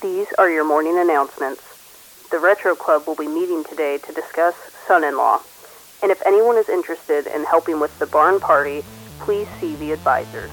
These are your morning announcements. The Retro Club will be meeting today to discuss Son in Law. And if anyone is interested in helping with the barn party, please see the advisor.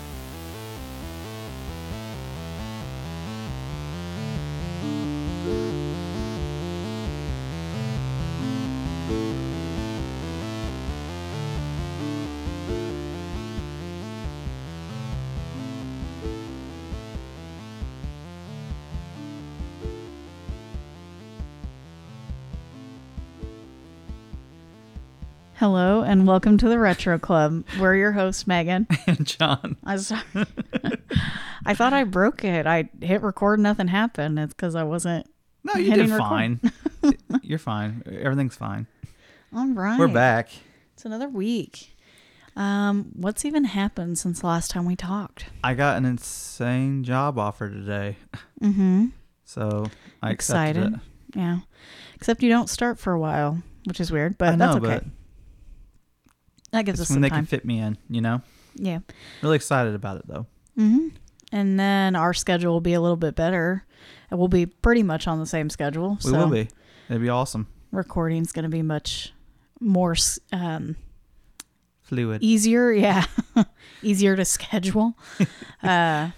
Hello and welcome to the Retro Club. We're your hosts, Megan. and John. I was sorry. I thought I broke it. I hit record, nothing happened. It's because I wasn't. No, you hitting did record. fine. You're fine. Everything's fine. All right, We're back. It's another week. Um, what's even happened since last time we talked? I got an insane job offer today. Mm-hmm. So I accepted Excited. it. Yeah, except you don't start for a while, which is weird, but I know, that's okay. but that gives us it's when some they time. can fit me in, you know? yeah, Really excited about it though. and then our schedule will be a little bit better. And We'll be pretty much on the same schedule. We so will be. It'd be awesome. Recording's going to be much more s- um, Fluid. easier yeah easier to schedule uh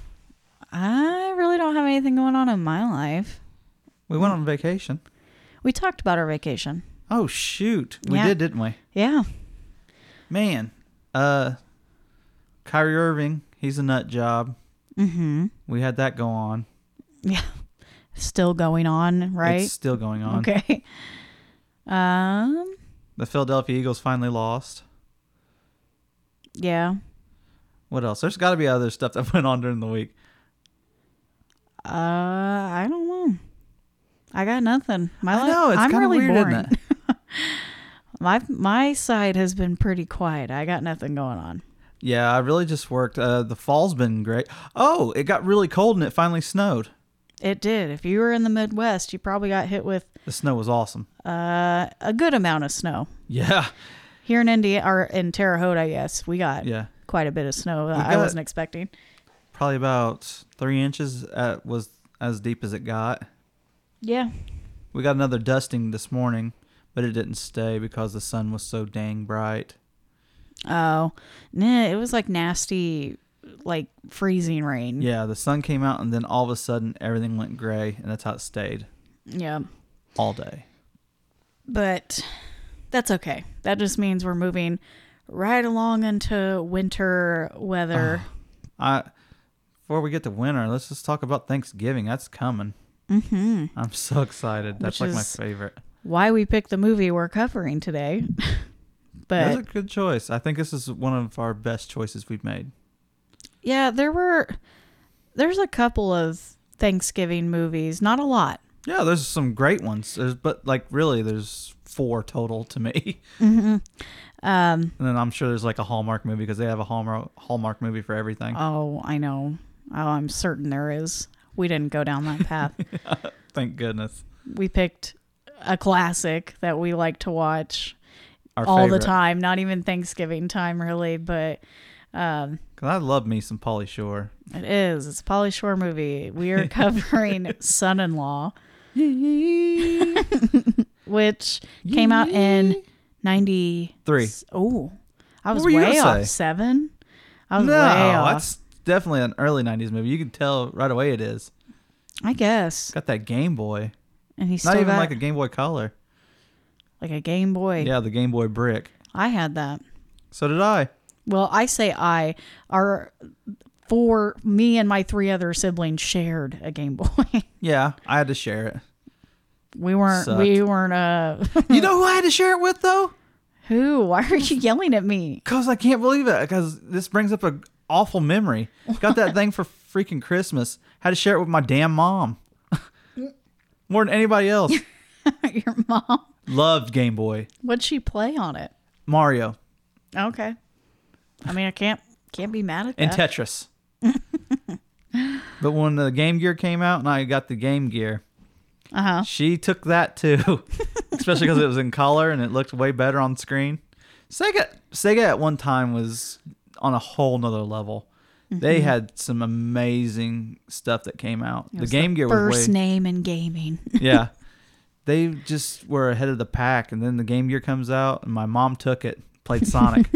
i really don't have anything going on in my life we went on vacation. we talked about our vacation Oh shoot. We Yeah. did, didn't we? yeah Man. Uh Kyrie Irving, he's a nut job. Mm-hmm. We had that go on. yeah still going on right It's still going on. okay um The Philadelphia Eagles finally lost. yeah What else? There's got to be other stuff that went on during the week. uh i don't know i got nothing my I life know it's i'm kind of really weird, boring isn't it? my my side has been pretty quiet i got nothing going on Yeah, I really just worked. Uh, the fall's been great. Oh, it got really cold and it finally snowed. it did if you were in the midwest you probably got hit with The snow was awesome. uh, a good amount of snow Yeah, Here in India or in Terre Haute, I guess we got yeah. quite a bit of snow that I got- wasn't expecting. Probably about three inches at, was as deep as it got. Yeah, We got another dusting this morning, but it didn't stay because the sun was so dang bright. oh, nah, it was like nasty, like freezing rain. Yeah, the sun came out and then all of a sudden everything went gray, and that's how it stayed yeah, all day. but that's okay. That just means we're moving right along into winter Ah. weather. I before we get to winter, let's just talk about Thanksgiving. That's coming. Mm-hmm. I'm so excited. That's Which like my is- favorite. Why we picked the movie we're covering today, but That's a good choice. I think this is one of our best choices we've made. yeah, there were there's a couple of Thanksgiving movies, not a lot, Yeah, there's some great ones. There's but like really there's four total to me. Mm-hmm. Um, and then I'm sure there's like a Hallmark movie because they have a Hallmark Hallmark movie for everything. Oh, I know. Oh, I'm certain there is. We didn't go down that path. Thank goodness. we picked a classic that we like to watch Our all the favorite. time, not even Thanksgiving time, really, but 'Cause I love me some Polly Shore. it is. It's a Polly Shore movie. We are covering Son in Law, which came out in 93. Three. Oh, I was were you way gonna off. say? Seven? I was No, way off. that's definitely an early '90s movie. You can tell right away it is. I guess. Got that Game Boy. And he's Not still even got like a Game Boy Color. like a Game Boy. Yeah, the Game Boy brick. I had that. So did I. Well, I say I are for me and my three other siblings shared a Game Boy. Yeah, I had to share it. We weren't. Sucked. We weren't. Uh, You know who I had to share it with though? who? Why are you yelling at me? Cause I can't believe it. Cause this brings up a awful memory. Got that thing for freaking Christmas. Had to share it with my damn mom. More than anybody else. Your mom? Loved Game Boy. What'd she play on it? Mario Okay. I mean, I can't can't be mad at and that. Tetris. but when the Game Gear came out and I got the Game Gear, uh huh. She took that too, especially because it was in color and it looked way better on screen. Sega, Sega at one time was on a whole nother level. They had some amazing stuff that came out. Mm-hmm. It the was Game Gear was way first name in gaming. yeah. They just were ahead of the pack, and then the Game Gear comes out, and my mom took it, played Sonic.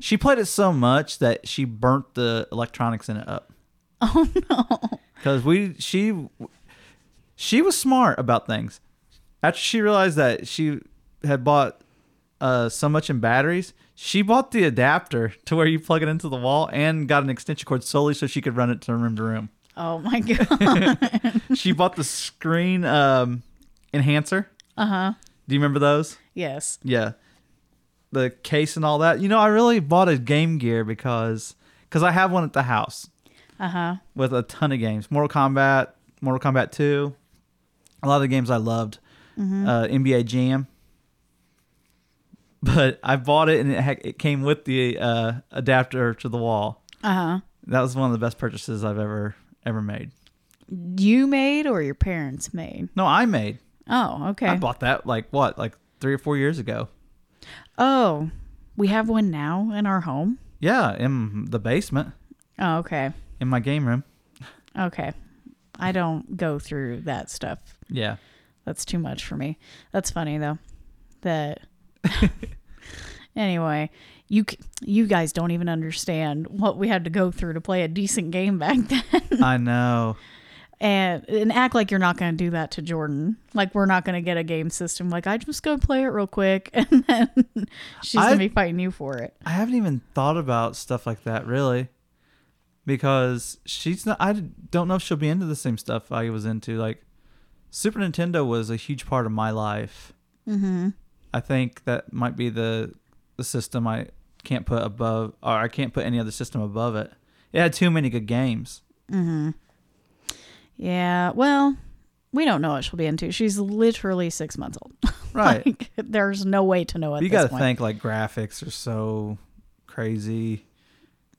she played it so much that she burnt the electronics in it up. Oh no! Because we she she was smart about things. After she realized that she had bought uh, so much in batteries, she bought the adapter to where you plug it into the wall and got an extension cord solely so she could run it to room to room oh my god. she bought the screen um enhancer. Uh huh. Do you remember those? yes. Yeah. The case and all that. You know, I really bought a Game Gear because because I have one at the house. Uh huh. With a ton of games, Mortal Kombat, Mortal Kombat Two, a lot of the games I loved, uh, NBA Jam. But I bought it and it, ha- it came with the uh, adapter to the wall. Uh huh. That was one of the best purchases I've ever ever made. You made or your parents made? No, I made. Oh, okay. I bought that like what, like three or four years ago. oh, we have one now in our home. Yeah, in the basement, Oh, okay. in my game room. Okay. I don't go through that stuff. Yeah, That's too much for me. That's funny though. That Anyway, you c- you guys don't even understand what we had to go through to play a decent game back then. I know. and and act like you're not going to do that to Jordan. Like we're not going to get a game system. Like I just go play it real quick, and then she's I- going to be fighting you for it. I haven't even thought about stuff like that really, because she's not. I don't know if she'll be into the same stuff I was into. Like, Super Nintendo was a huge part of my life. Mm-hmm. I think that might be the the system I can't put above, or I can't put any other system above it. It had too many good games. Yeah. Well, we don't know what she'll be into. She's literally six months old. Right. like, there's no way to know at you this got to point. think like graphics are so crazy.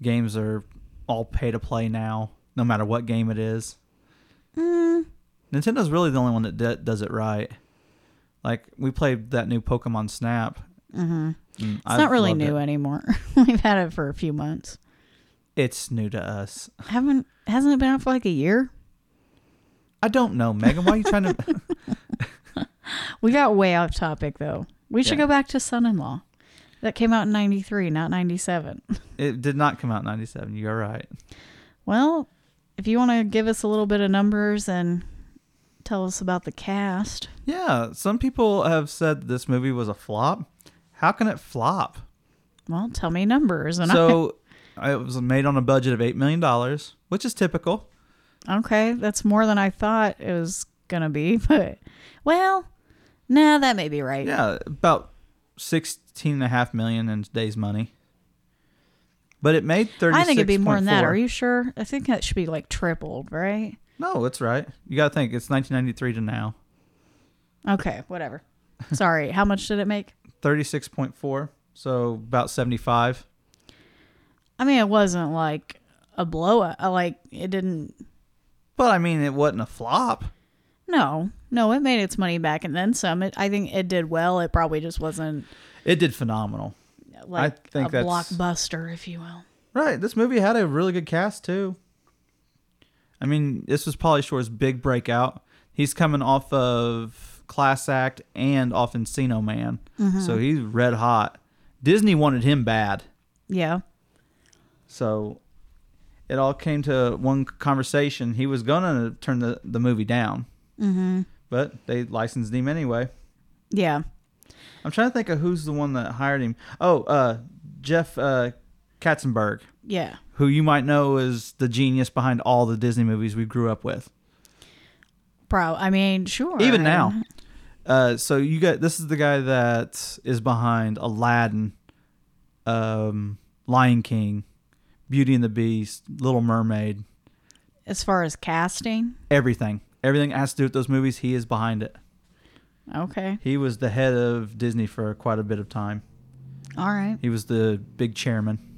Games are all pay to play now, no matter what game it is. Mm. Nintendo's really the only one that d- does it right. Like we played that new Pokemon Snap. Mm-hmm. It's not really new anymore. We've had it for a few months. It's new to us. Haven't hasn't it been out for like a year? I don't know, Megan. Why are you trying to? We got way off topic though. We should Yeah. go back to Son-in-Law. That came out in 93, not 97. it did not come out in '97. You're right. Well, if you want to give us a little bit of numbers and tell us about the cast, Yeah, some people have said this movie was a flop. How can it flop? well, tell me numbers. And So it was made on a budget of eight million dollars, which is typical. I, okay, that's more than I thought it was gonna be, but well, nah, that may be right. Yeah, about sixteen and a half million in today's money. But it made thirty. I think it'd be more than that. Are you sure? I think that should be like tripled, right? No, that's right. You got to think it's nineteen ninety three to now. Okay, whatever. Sorry, how much did it make? Thirty six point four, so about seventy five. I mean, it wasn't like a blowout. I, Like it didn't. But I mean, it wasn't a flop. No, no, it made its money back and then some. It, I think it did well. It probably just wasn't It did phenomenal. like think a that's- blockbuster, if you will. Right. This movie had a really good cast too. I mean, this was Polly Shore's big breakout. He's coming off of Class Act and off Encino Man, so he's red hot. Disney wanted him bad, Yeah. so it all came to one conversation. He was gonna turn the the movie down, mm-hmm. but they licensed him anyway. Yeah. I'm trying to think of who's the one that hired him. Oh, uh, Jeff uh, Katzenberg. Yeah. who you might know is the genius behind all the Disney movies we grew up with, Pro. I mean, sure. even now. Uh, so you got this is the guy that is behind Aladdin, um, Lion King, Beauty and the Beast, Little Mermaid, As far as casting, everything. Everything that has to do with those movies. He is behind it. okay. He was the head of Disney for quite a bit of time. All right. He was the big chairman.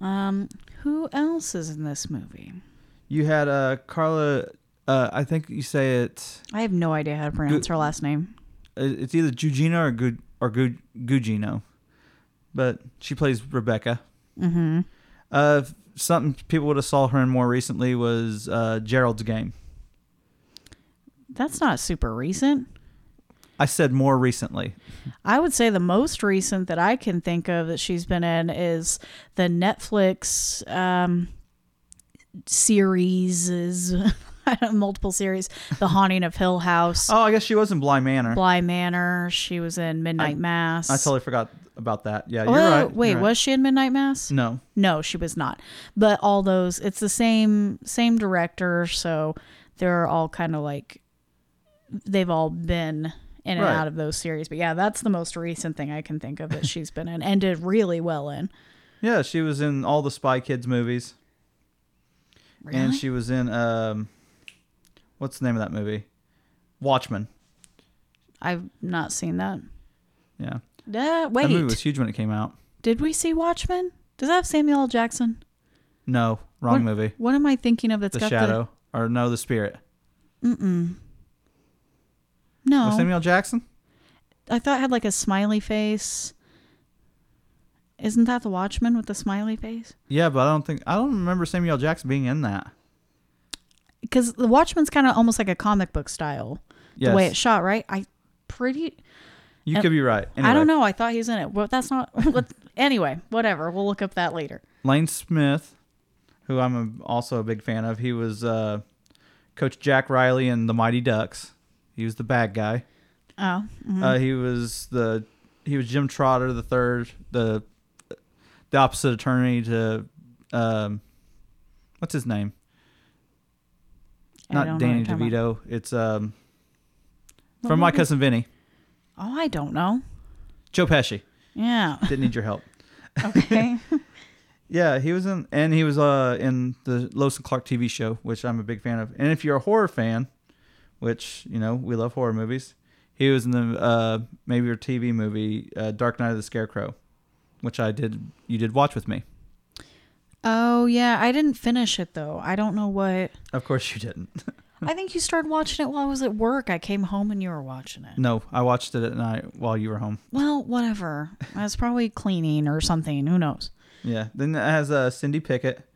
Um, Who else is in this movie? You had uh, Carla. Uh, I think you say it. I have no idea how to pronounce her last name. Uh, it's either Gugino or Mm-hmm. Gu- or Gu- Gugino, but she plays Rebecca. Uh, something people would have saw her in more recently was uh, Gerald's game. That's not super recent. I said more recently. I would say the most recent that I can think of that she's been in is the Netflix um, series, is multiple series, The Haunting of Hill House, Oh, I guess she was in Bly Manor. Bly Manor. She was in Midnight Mass. I totally forgot about that. Yeah, you're Wait, right. wait, you're right. was she in Midnight Mass? no? No, she was not. But all those, it's the same same director, so they're all kind of like they've all been in and Right. out of those series. But yeah, that's the most recent thing I can think of that she's been in and did really well in. Yeah, she was in all the Spy Kids movies, and Really? she was in um, what's the name of that movie? Watchmen. I've not seen that. Yeah, Uh, that wait, movie was huge when it came out. did we see Watchmen? Does that have Samuel L. Jackson? No, wrong What- movie. What am I thinking of? That's The got Shadow, or no, The Spirit. the no. Was Samuel Jackson? I thought it had like a smiley face. Isn't that the Watchman with the smiley face? Yeah, but I don't think I don't remember Samuel Jackson being in that. Because the Watchman's kind of almost like a comic book style, Yes, the way it's shot, right? I pretty. you and- could be right. Anyway, I don't know. I thought he was in it. Well, that's not. What, anyway, whatever. We'll look up that later. Lane Smith, who I'm a, also a big fan of. He was uh, Coach Jack Riley in The Mighty Ducks. He was the bad guy. Oh, Uh, he was the he was Jim Trotter the third, the the opposite attorney to um, what's his name? I don't Not know what Danny you're talking about. DeVito. It's um from my cousin Vinny. Oh, I don't know. Joe Pesci. Yeah. Didn't need your help. Okay. Yeah, he was in, and he was uh in the Lois and Clark TV show, which I'm a big fan of. And if you're a horror fan, which you know we love horror movies, he was in the uh maybe your TV movie uh, Dark Knight of the Scarecrow, which I did you did watch with me. oh yeah, I didn't finish it though. I don't know what. Of course you didn't. I think you started watching it while I was at work. I came home and you were watching it. no, I watched it at night while you were home. Well, whatever. I was probably cleaning or something. Who knows? Yeah. Then it has uh, Cindy Pickett,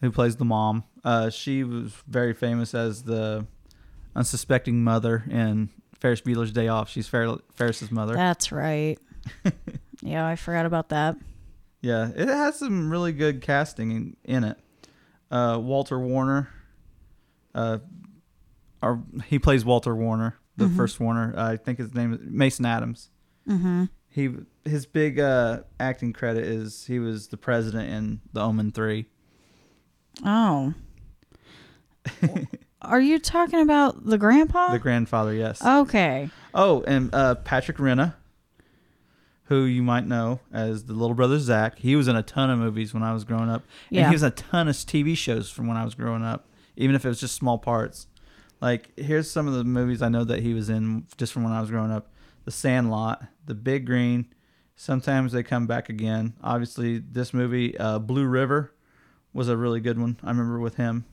who plays the mom. Uh, she was very famous as the unsuspecting mother in Ferris Bueller's Day Off. She's Fer- Ferris's mother. That's right. yeah, I forgot about that. Yeah, it has some really good casting in, in it. Uh, Walter Warner, uh, or he plays Walter Warner, the first Warner. Uh, I think his name is Mason Adams. Mm-hmm. He his big uh, acting credit is he was the president in The Omen Three. Oh. Are you talking about the grandpa? The grandfather, yes. okay. oh, and uh, Patrick Renna, who you might know as the little brother Zach. He was in a ton of movies when I was growing up, and Yeah. he was in a ton of TV shows from when I was growing up, even if it was just small parts. Like here's some of the movies I know that he was in just from when I was growing up: The Sandlot, The Big Green. Sometimes they come back again. Obviously, this movie, uh, Blue River, was a really good one. I remember with him.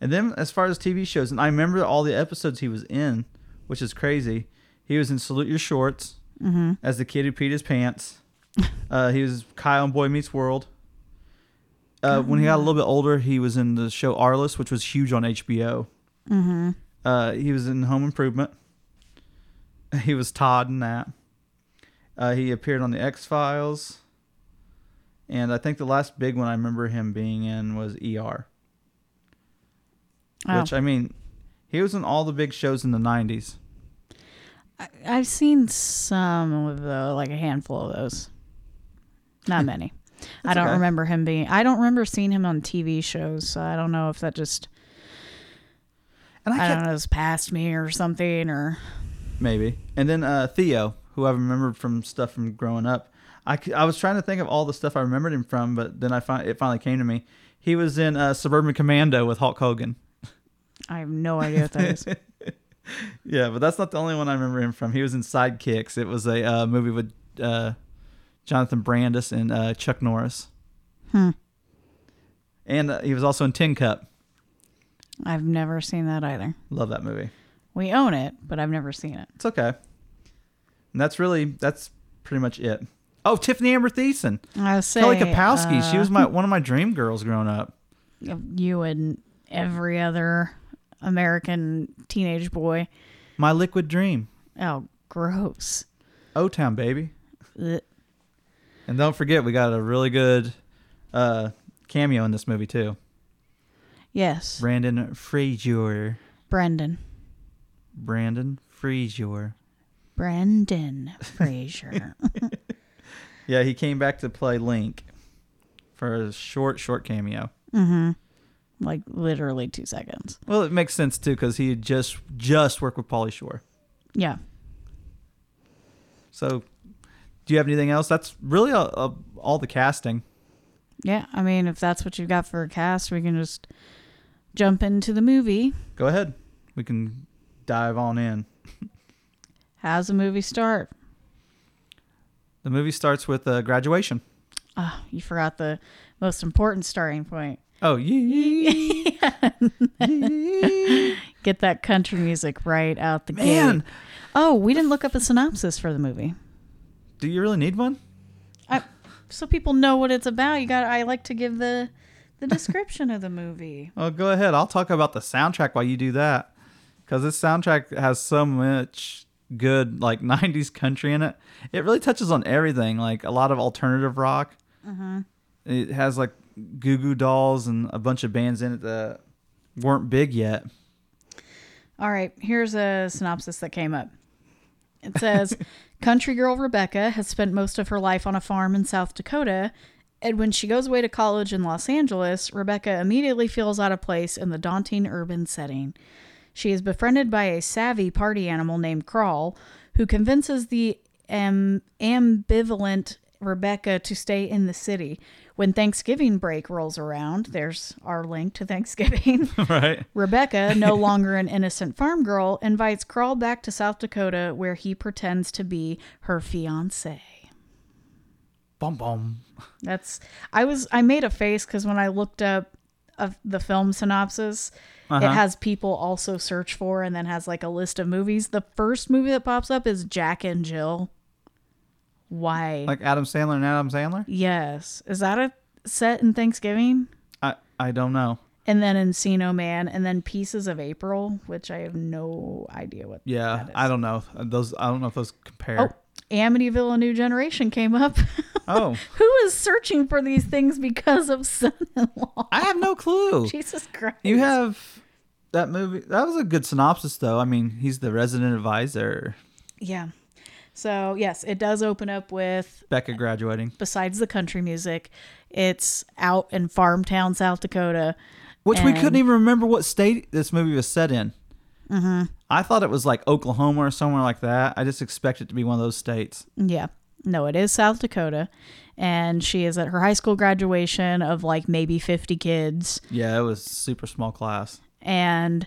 And then as far as TV shows, and I remember all the episodes he was in, which is crazy. He was in Salute Your Shorts as the kid who peed his pants. uh, he was Kyle in Boy Meets World. Uh, when he got a little bit older, he was in the show Arliss, which was huge on HBO. Mm-hmm. Uh, he was in Home Improvement. He was Todd in that. Uh, he appeared on the X Files. And I think the last big one I remember him being in was ER. Oh. Which I mean, he was in all the big shows in the '90s. I've seen some of those, like a handful of those. Not many. I don't okay. remember him being. I don't remember seeing him on TV shows. So I don't know if that just. And I I can't- don't know. It's past me or something, or Maybe. And then uh, Theo, who I remembered from stuff from growing up. I, c- I was trying to think of all the stuff I remembered him from, but then I fin- it finally came to me. He was in uh, Suburban Commando with Hulk Hogan. I have no idea what that is. Yeah, but that's not the only one I remember him from. He was in Sidekicks. It was a uh, movie with uh, Jonathan Brandis and uh, Chuck Norris. Hmm. And uh, he was also in Tin Cup. I've never seen that either. Love that movie. We own it, but I've never seen it. It's okay. And that's really that's pretty much it. Oh, Tiffany Amber Thiessen. I say Kelly Kapowski. she was my one of my dream girls growing up. you and every other American teenage boy. My liquid dream. Oh, gross. O Town, baby. Ugh. And don't forget, we got a really good uh, cameo in this movie, too. Yes, Brandon Frazier. Brendan. Brandon Frazier. Brendan Fraser. Yeah, he came back to play Link for a short, short cameo. like literally two seconds. Well, it makes sense, too, because he had just, just worked with Polly Shore. Yeah. So, do you have anything else? That's really a, a, all the casting. Yeah. I mean, if that's what you've got for a cast, we can just jump into the movie. Go ahead. We can dive on in. How's the movie start? The movie starts with uh, graduation. Oh, you forgot the most important starting point. Oh, yee. Yee. Get that country music right out the Man. gate. Oh, we didn't look up a synopsis for the movie. Do you really need one? I, so people know what it's about. You got. I like to give the the description of the movie. Well, Oh, go ahead. I'll talk about the soundtrack while you do that. Because this soundtrack has so much good, like, 90s country in it. It really touches on everything, like, a lot of alternative rock. Mm-hmm. It has, like, Goo Goo Dolls and a bunch of bands in it that weren't big yet. All right, here's a synopsis that came up. It says Country girl Rebecca has spent most of her life on a farm in South Dakota, and when she goes away to college in Los Angeles, Rebecca immediately feels out of place in the daunting urban setting. She is befriended by a savvy party animal named Crawl, who convinces the am- ambivalent Rebecca to stay in the city. When Thanksgiving break rolls around, there's our link to Thanksgiving. Right? Rebecca, no longer an innocent farm girl, invites Crawl back to South Dakota where he pretends to be her fiance. Bum bum. That's I was I made a face cuz when I looked up of the film synopsis, it has people also search for and then has like a list of movies. The first movie that pops up is Jack and Jill. Why? Like Adam Sandler and Adam Sandler? yes. Is that a set in Thanksgiving? I, I don't know. And then Encino Man and then Pieces of April, which I have no idea what Yeah, I don't know. Those I don't know if those Oh, compare. Amityville: A New Generation came up. Oh, Who is searching for these things because of son-in-law? I have no clue. Jesus Christ! You have that movie. That was a good synopsis, though. I mean, he's the resident advisor. yeah. So yes, it does open up with Becca graduating, besides the country music, it's out in farm town South Dakota. which we couldn't And- even remember what state this movie was set in. Mm-hmm. I thought it was like Oklahoma or somewhere like that. I just expect it to be one of those states. Yeah. No, it is South Dakota, and she is at her high school graduation of like maybe fifty kids. Yeah, it was super small class. and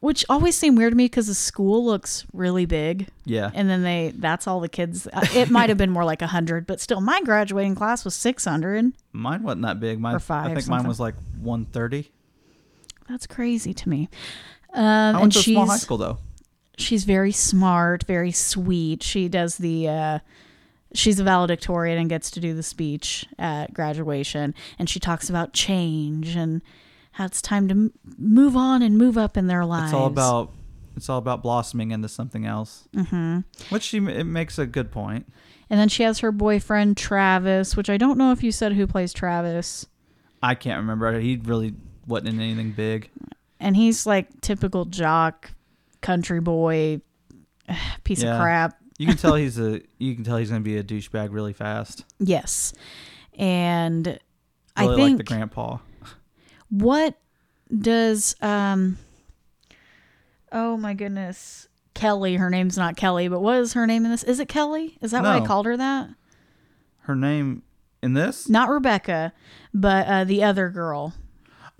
which always seemed weird to me because the school looks really big Yeah. and then they that's all the kids uh, it might have been more like 100 but still my graduating class was 600 Mine wasn't that big. Mine, Or five, I think something. mine was like one thirty. that's crazy to me um, I and went to a she's small high school though. she's very smart very sweet she does the uh, she's a valedictorian and gets to do the speech at graduation and she talks about change and how it's time to m- move on and move up in their lives It's all about it's all about blossoming into something else. Mm-hmm. Which she it makes a good point. And then she has her boyfriend Travis, which I don't know if you said who plays Travis. I can't remember. He really wasn't in anything big. And he's like typical jock, country boy, piece Yeah. of crap. You can tell he's a you can tell he's gonna be a douchebag really fast. Yes. And I Really think like the grandpa. what does um Oh my goodness. Kelly, her name's not Kelly, but what is her name in this? Is it Kelly? Is that why I No. called her that? Her name in this? Not Rebecca, but uh, the other girl.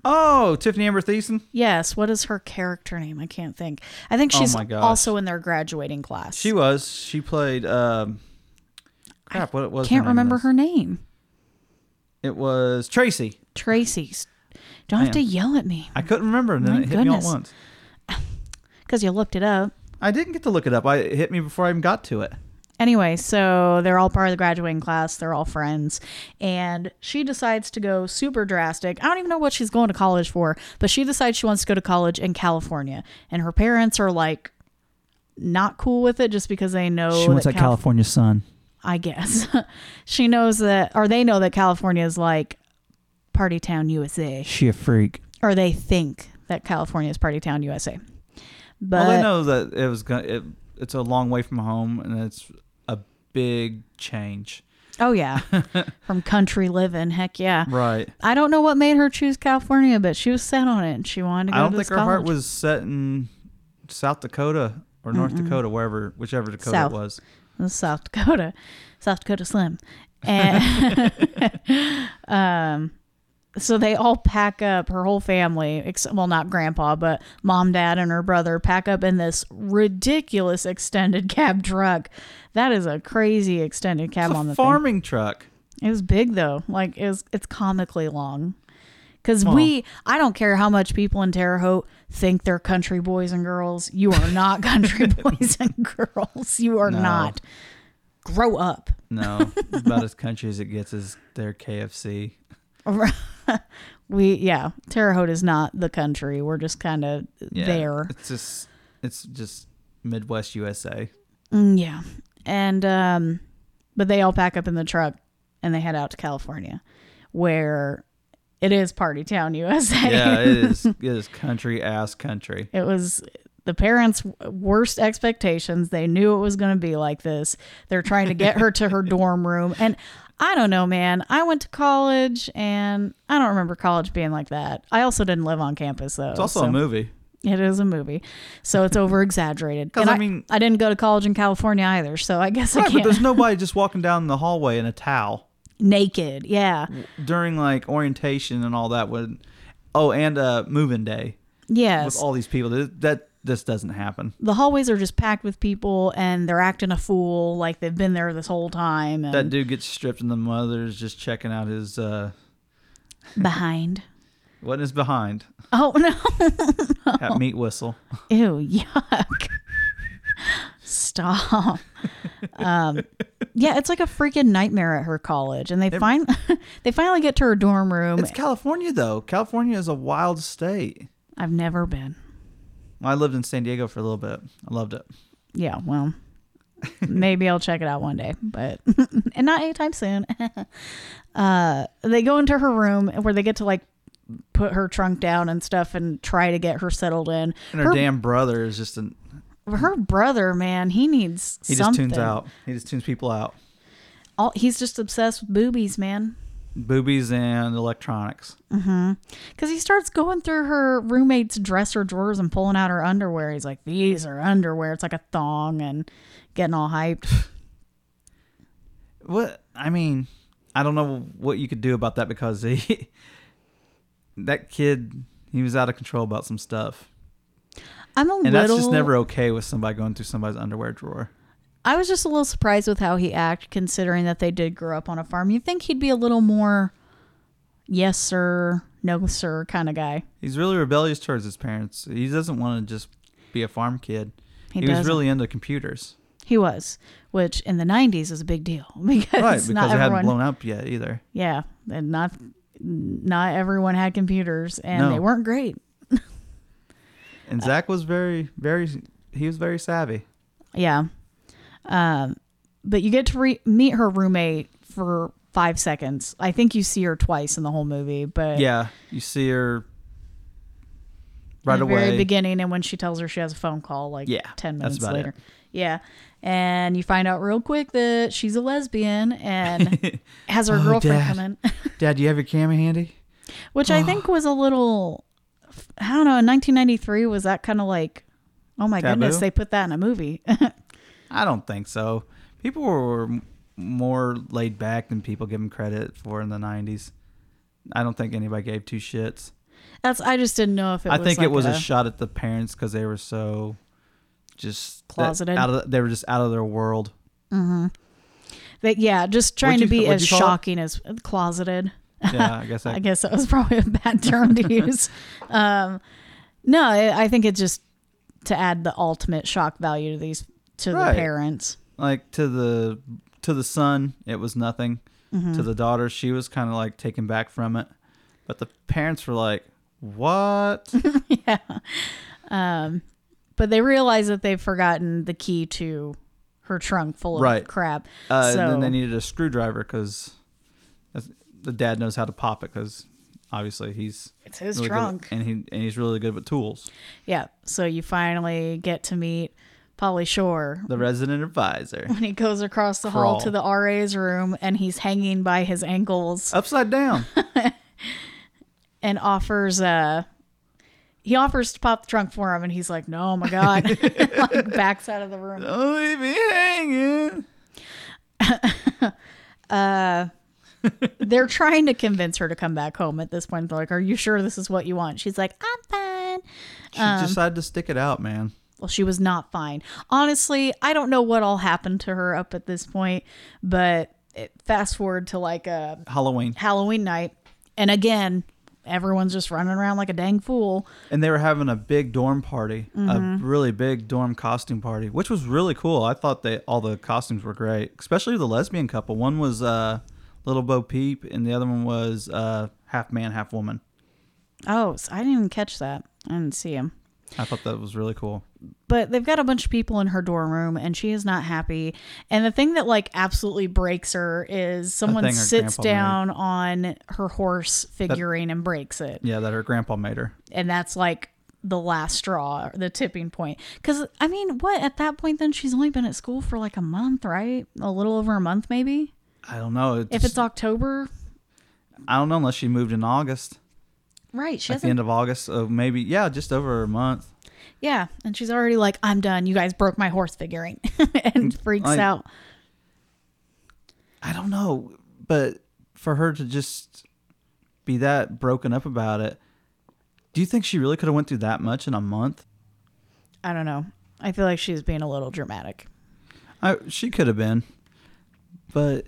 Oh, Tiffany Amber Thiessen. Yes. What is her character name? I can't think. I think Oh she's my gosh. also in their graduating class. She was. She played um crap, what it was. can't name in remember this? her name. It was Tracy. Tracy's. Don't have to yell at me I couldn't remember and then My it hit me all at goodness. once. because you looked it up. I didn't get to look it up. I it hit me before I even got to it. Anyway, so they're all part of the graduating class. They're all friends. And she decides to go super drastic. I don't even know what she's going to college for, but she decides she wants to go to college in California. And her parents are like not cool with it just because they know She wants that Calif- California sun. I guess. she knows that, or they know that California is like party town USA, She a freak. or they think that California is party town USA. But well, they know that it was going. It, it's a long way from home, and it's a big change. oh yeah, from country living, heck yeah. Right. I don't know what made her choose California, but she was set on it and she wanted to go I don't to think this her heart college. was set in South Dakota or North Dakota, wherever, whichever Dakota South. it was. This is South Dakota, South Dakota Slim, and um, so they all pack up her whole family, ex- well, not grandpa, but mom, dad, and her brother pack up in this ridiculous extended cab truck. That is a crazy extended cab It's on a the farming truck. thing. It was big though, like it was, it's comically long. Because Well. we, I don't care how much people in Terre Haute think they're country boys and girls. You are not country boys and girls. You are No. not. Grow up. No, about as country as it gets is their KFC. we yeah terre haute is not the country we're just kind of Yeah, there It's just it's just Midwest USA. Mm, yeah and um but they all pack up in the truck and they head out to california where it is party town usa Yeah, it is. It is country ass country. It was the parents' worst expectations. They knew it was going to be like this. They're trying to get her to her dorm room. And I don't know, man. I went to college and I don't remember college being like that. I also didn't live on campus, though. It's also so- a movie. It is a movie. So it's over exaggerated. 'Cause, And I mean- I didn't go to college in California either. So I guess I Right, but can't. there's nobody just walking down the hallway in a towel Naked. Yeah. during like orientation and all that. When oh, and uh, moving day Yes. with all these people. That, that this doesn't happen. the hallways are just packed with people and they're acting a fool like they've been there this whole time and That dude gets stripped, and the mother's just checking out his uh, behind. what is behind Oh, no. at meat whistle. Ew, yuck. Stop. Um, yeah, it's like a freaking nightmare at her college, and they find they finally get to her dorm room. It's California though. California is a wild state. I've never been. I lived in San Diego for a little bit. I loved it. Yeah, well, maybe I'll check it out one day, but and not anytime soon. uh, they go into her room where they get to like put her trunk down and stuff and try to get her settled in. And her, damn brother is just an her brother, man, he needs he just something. tunes out. He just tunes people out. All, he's just obsessed with boobies, man. Boobies and electronics. Because he starts going through her roommate's dresser drawers and pulling out her underwear. He's like, these are underwear. It's like a thong and getting all hyped. What I mean, I don't know what you could do about that because he that kid he was out of control about some stuff. I'm a And little. that's just never okay with somebody going through somebody's underwear drawer. I was just a little surprised with how he acted, considering that they did grow up on a farm. You'd think he'd be a little more, yes, sir, no, sir kind of guy. He's really rebellious towards his parents. He doesn't want to just be a farm kid. He He, was doesn't. really into computers. He was, which in the 90s was a big deal because, Right, because not it hadn't everyone. blown up yet either. yeah, and not not everyone had computers, and No. they weren't great. And Zach was very, very, he was very savvy. Yeah. Um, but you get to re- meet her roommate for five seconds. I think you see her twice in the whole movie, but Yeah, you see her right in the away. very beginning, and when she tells her she has a phone call, like Yeah, ten that's minutes about later. it. Yeah, and you find out real quick that she's a lesbian and has her Oh, girlfriend Dad. come in, Dad, do you have your camera handy? which I think was a little. I don't know. In 1993, was that kind of like, oh my goodness, Taboo? they put that in a movie. I don't think so. People were m- more laid back than people give them credit for in the 90s. I don't think anybody gave two shits. That's I just didn't know if it. I was think like it was a, shot at the parents because they were so just that- Closeted? out of, they were just out of their world. But yeah, just trying you- to be what'd as you call it? shocking as closeted. Yeah, I guess I, I guess that was probably a bad term to use. Um, no, I I think it just to add the ultimate shock value to these to Right. the parents. Like to the to the son, it was nothing. Mm-hmm. To the daughter, she was kind of like taken back from it. But the parents were like, "What?" Uh, But they realize that they've forgotten the key to her trunk full of Right. crap. Uh, so And then they needed a screwdriver because the dad knows how to pop it because obviously he's it's his really good- trunk. and he and he's really good with tools. Yeah. So you finally get to meet Polly Shore The resident advisor, when he goes across the hall Crawl. to the RA's room and he's hanging by his ankles upside down. and offers uh he offers to pop the trunk for him and he's like, No, oh my God like backs out of the room. Don't leave me hanging. They're trying to convince her to come back home at this point. They're like, Are you sure this is what you want? She's like, I'm fine. She Um, decided to stick it out, man. Well, she was not fine. Honestly, I don't know what all happened to her up at this point, but it, fast forward to like a Halloween. Halloween night, and again, everyone's just running around like a dang fool. And they were having a big dorm party, Mm-hmm. a really big dorm costume party, which was really cool. I thought they all the costumes were great, especially the lesbian couple. One was uh, Little Bo Peep, and the other one was uh, half man, half woman. Oh, so I didn't even catch that. I didn't see him. I thought that was really cool. But they've got a bunch of people in her dorm room, and she is not happy. And the thing that like absolutely breaks her is someone thing her sits grandpa down on her horse figurine and breaks it. Yeah, that her grandpa made her. and that's like the last straw, the tipping point. Because I mean, what at that point? Then she's only been at school for like a month, right? A little over a month, maybe. I don't know. It If just- it's October, I don't know unless she moved in August, right? She at the hasn't. end of August, so maybe yeah, just over a month. Yeah, and she's already like, "I'm done. You guys broke my horse figurine," and freaks Like- out. I don't know, but for her to just be that broken up about it, do you think she really could have went through that much in a month? I don't know. I feel like she's being a little dramatic. I, she could have been, but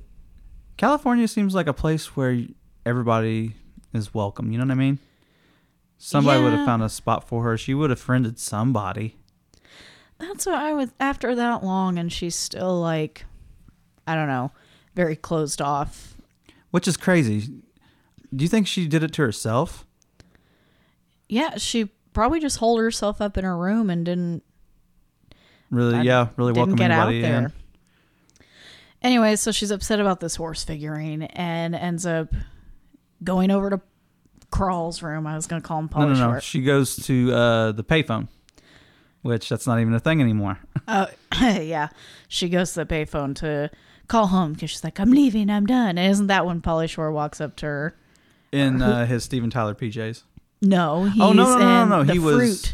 California seems like a place where everybody is welcome. You know what I mean? Somebody would Yeah. have found a spot for her. She would have friended somebody. That's what I was after that long, and she's still like, I don't know, very closed off. Which is crazy. Do you think she did it to herself? Yeah, she probably just holed herself up in her room and didn't Really, yeah, really welcome anybody in. Anyway, so she's upset about this horse figurine and ends up going over to Crawl's room. I was going to call him Polly No, no, no. Short. She goes to uh, the payphone, which that's not even a thing anymore. yeah, she goes to the payphone to call home because she's like, "I'm leaving. I'm done." And isn't that when Polly Shore walks up to her? In uh, his Steven Tyler PJs. No, he's Oh, no, no, no, in no, the he fruit, was-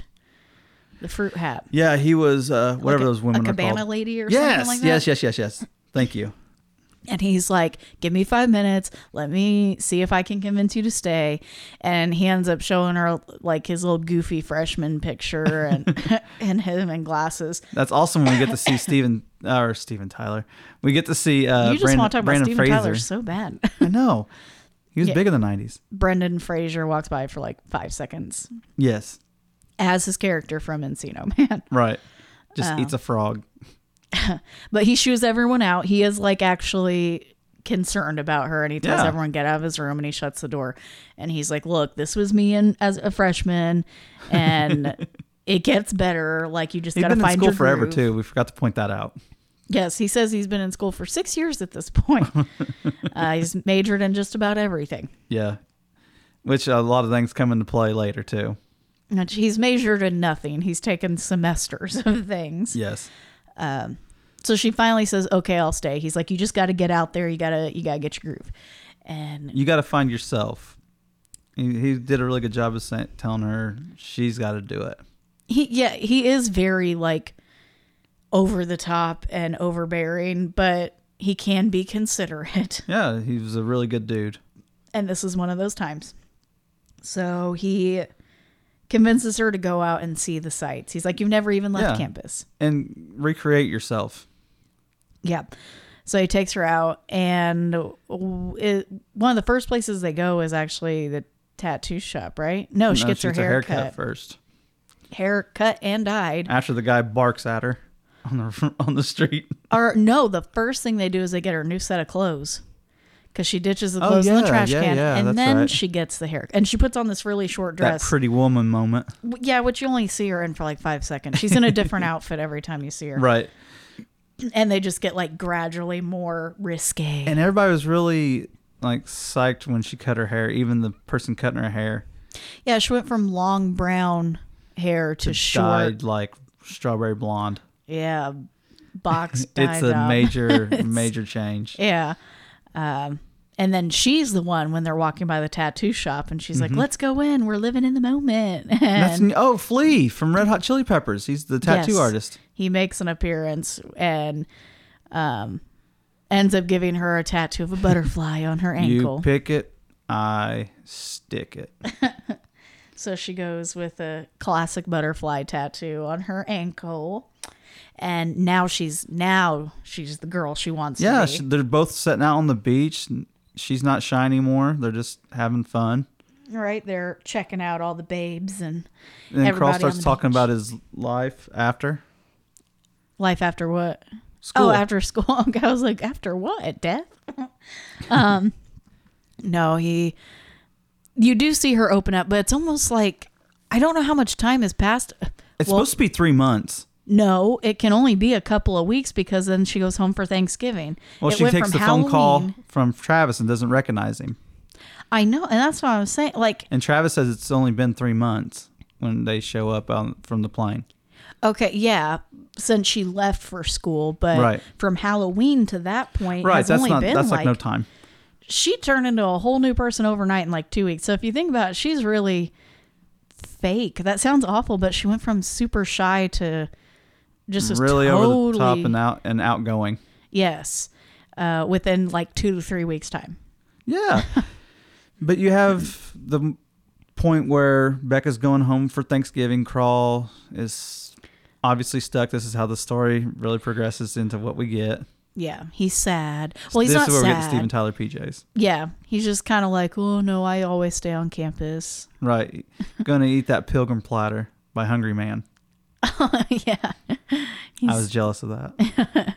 the fruit hat, Yeah, he was uh, whatever Like a- those women a are cabana called. lady or yes, something like that. yes, yes, yes, yes. Thank you. And he's like, Give me five minutes. Let me see if I can convince you to stay. And he ends up showing her like his little goofy freshman picture and and him in glasses. That's awesome when we get to see Steven uh, or Steven Tyler. We get to see uh, you just Brandon, want to talk Brandon about Steven Fraser. Tyler so bad. I know. He was big in the nineties. Brendan Fraser walks by for like five seconds Yes. as his character from Encino Man. Right. Uh, Just eats a frog. But he shoos everyone out. He is like actually concerned about her and he tells Yeah. everyone get out of his room and he shuts the door and he's like look this was me and as a freshman and it gets better like you just He's gotta been in find school your forever groove. too. We forgot to point that out. yes he says he's been in school for six years at this point uh, he's majored in just about everything Yeah. Which a lot of things come into play later too. And he's majored in nothing he's taken semesters of things Yes. so she finally says okay i'll stay he's like you just gotta get out there you gotta you gotta get your groove and you got to find yourself. He, he did a really good job of saying, telling her she's got to do it. he yeah he is very like over the top and overbearing but he can be considerate Yeah, he was a really good dude. and this is one of those times so he convinces her to go out and see the sights he's like you've never even left Yeah. campus And recreate yourself. yeah so he takes her out and w- it, one of the first places they go is actually the tattoo shop right no she No, gets her hair cut first. hair cut and dyed After the guy barks at her. on the on the street. Or no, the first thing they do is they get her a new set of clothes because she ditches the Oh, clothes in the yeah, trash yeah, can, yeah, and that's then right. she gets the hair, and she puts on this really short That dress. pretty woman moment, W- yeah, which you only see her in for like five seconds. She's in a different outfit every time you see her, right? and they just get like gradually more risque. And everybody was really like psyched when she cut her hair. Even the person cutting her hair yeah, she went from long brown hair to short, dyed like strawberry blonde. yeah, box. It's dyed a up. major major change. Yeah. Um, and then she's the one when they're walking by the tattoo shop and she's Mm-hmm. like, let's go in. We're living in the moment. That's, And oh, Flea from Red Hot Chili Peppers. He's the tattoo yes, artist. He makes an appearance and um, ends up giving her a tattoo of a butterfly on her ankle. You pick it, I stick it. so she goes with a classic butterfly tattoo on her ankle. And now she's now she's the girl she wants Yeah, to be. sh- they're both sitting out on the beach. and She's not shy anymore. They're just having fun. right? They're checking out all the babes and And then Carl Everybody on starts the talking beach. about his life after life after what? school. Oh, after school. Okay, I was like, after what? Um, Death? um, no, he. You do see her open up, but it's almost like I don't know how much time has passed. it's well- supposed to be three months. No, it can only be a couple of weeks because then she goes home for Thanksgiving. Well, It she went takes from the phone call Halloween- from Travis and doesn't recognize him. I know, and that's what I'm saying. Like, And Travis says it's only been three months when they show up on, from the plane. okay, yeah, since she left for school, but Right. from Halloween to that point, Right, has that's only not been that's like, like no time. she turned into a whole new person overnight in like two weeks. So if you think about it, she's really fake. That sounds awful, but she went from super shy to just was Really totally, over the top and out and outgoing. yes, uh, within like two to three weeks time. Yeah. but you have the m- point where Becca's going home for Thanksgiving. Crawl is obviously stuck. This is how the story really progresses into what we get. Yeah, he's sad. Well, he's this not is where we get the sad. Steven Tyler PJs. yeah, he's just kind of like, oh no, I always stay on campus. Right. Gonna eat that pilgrim platter by Hungry Man. yeah, I was jealous of that.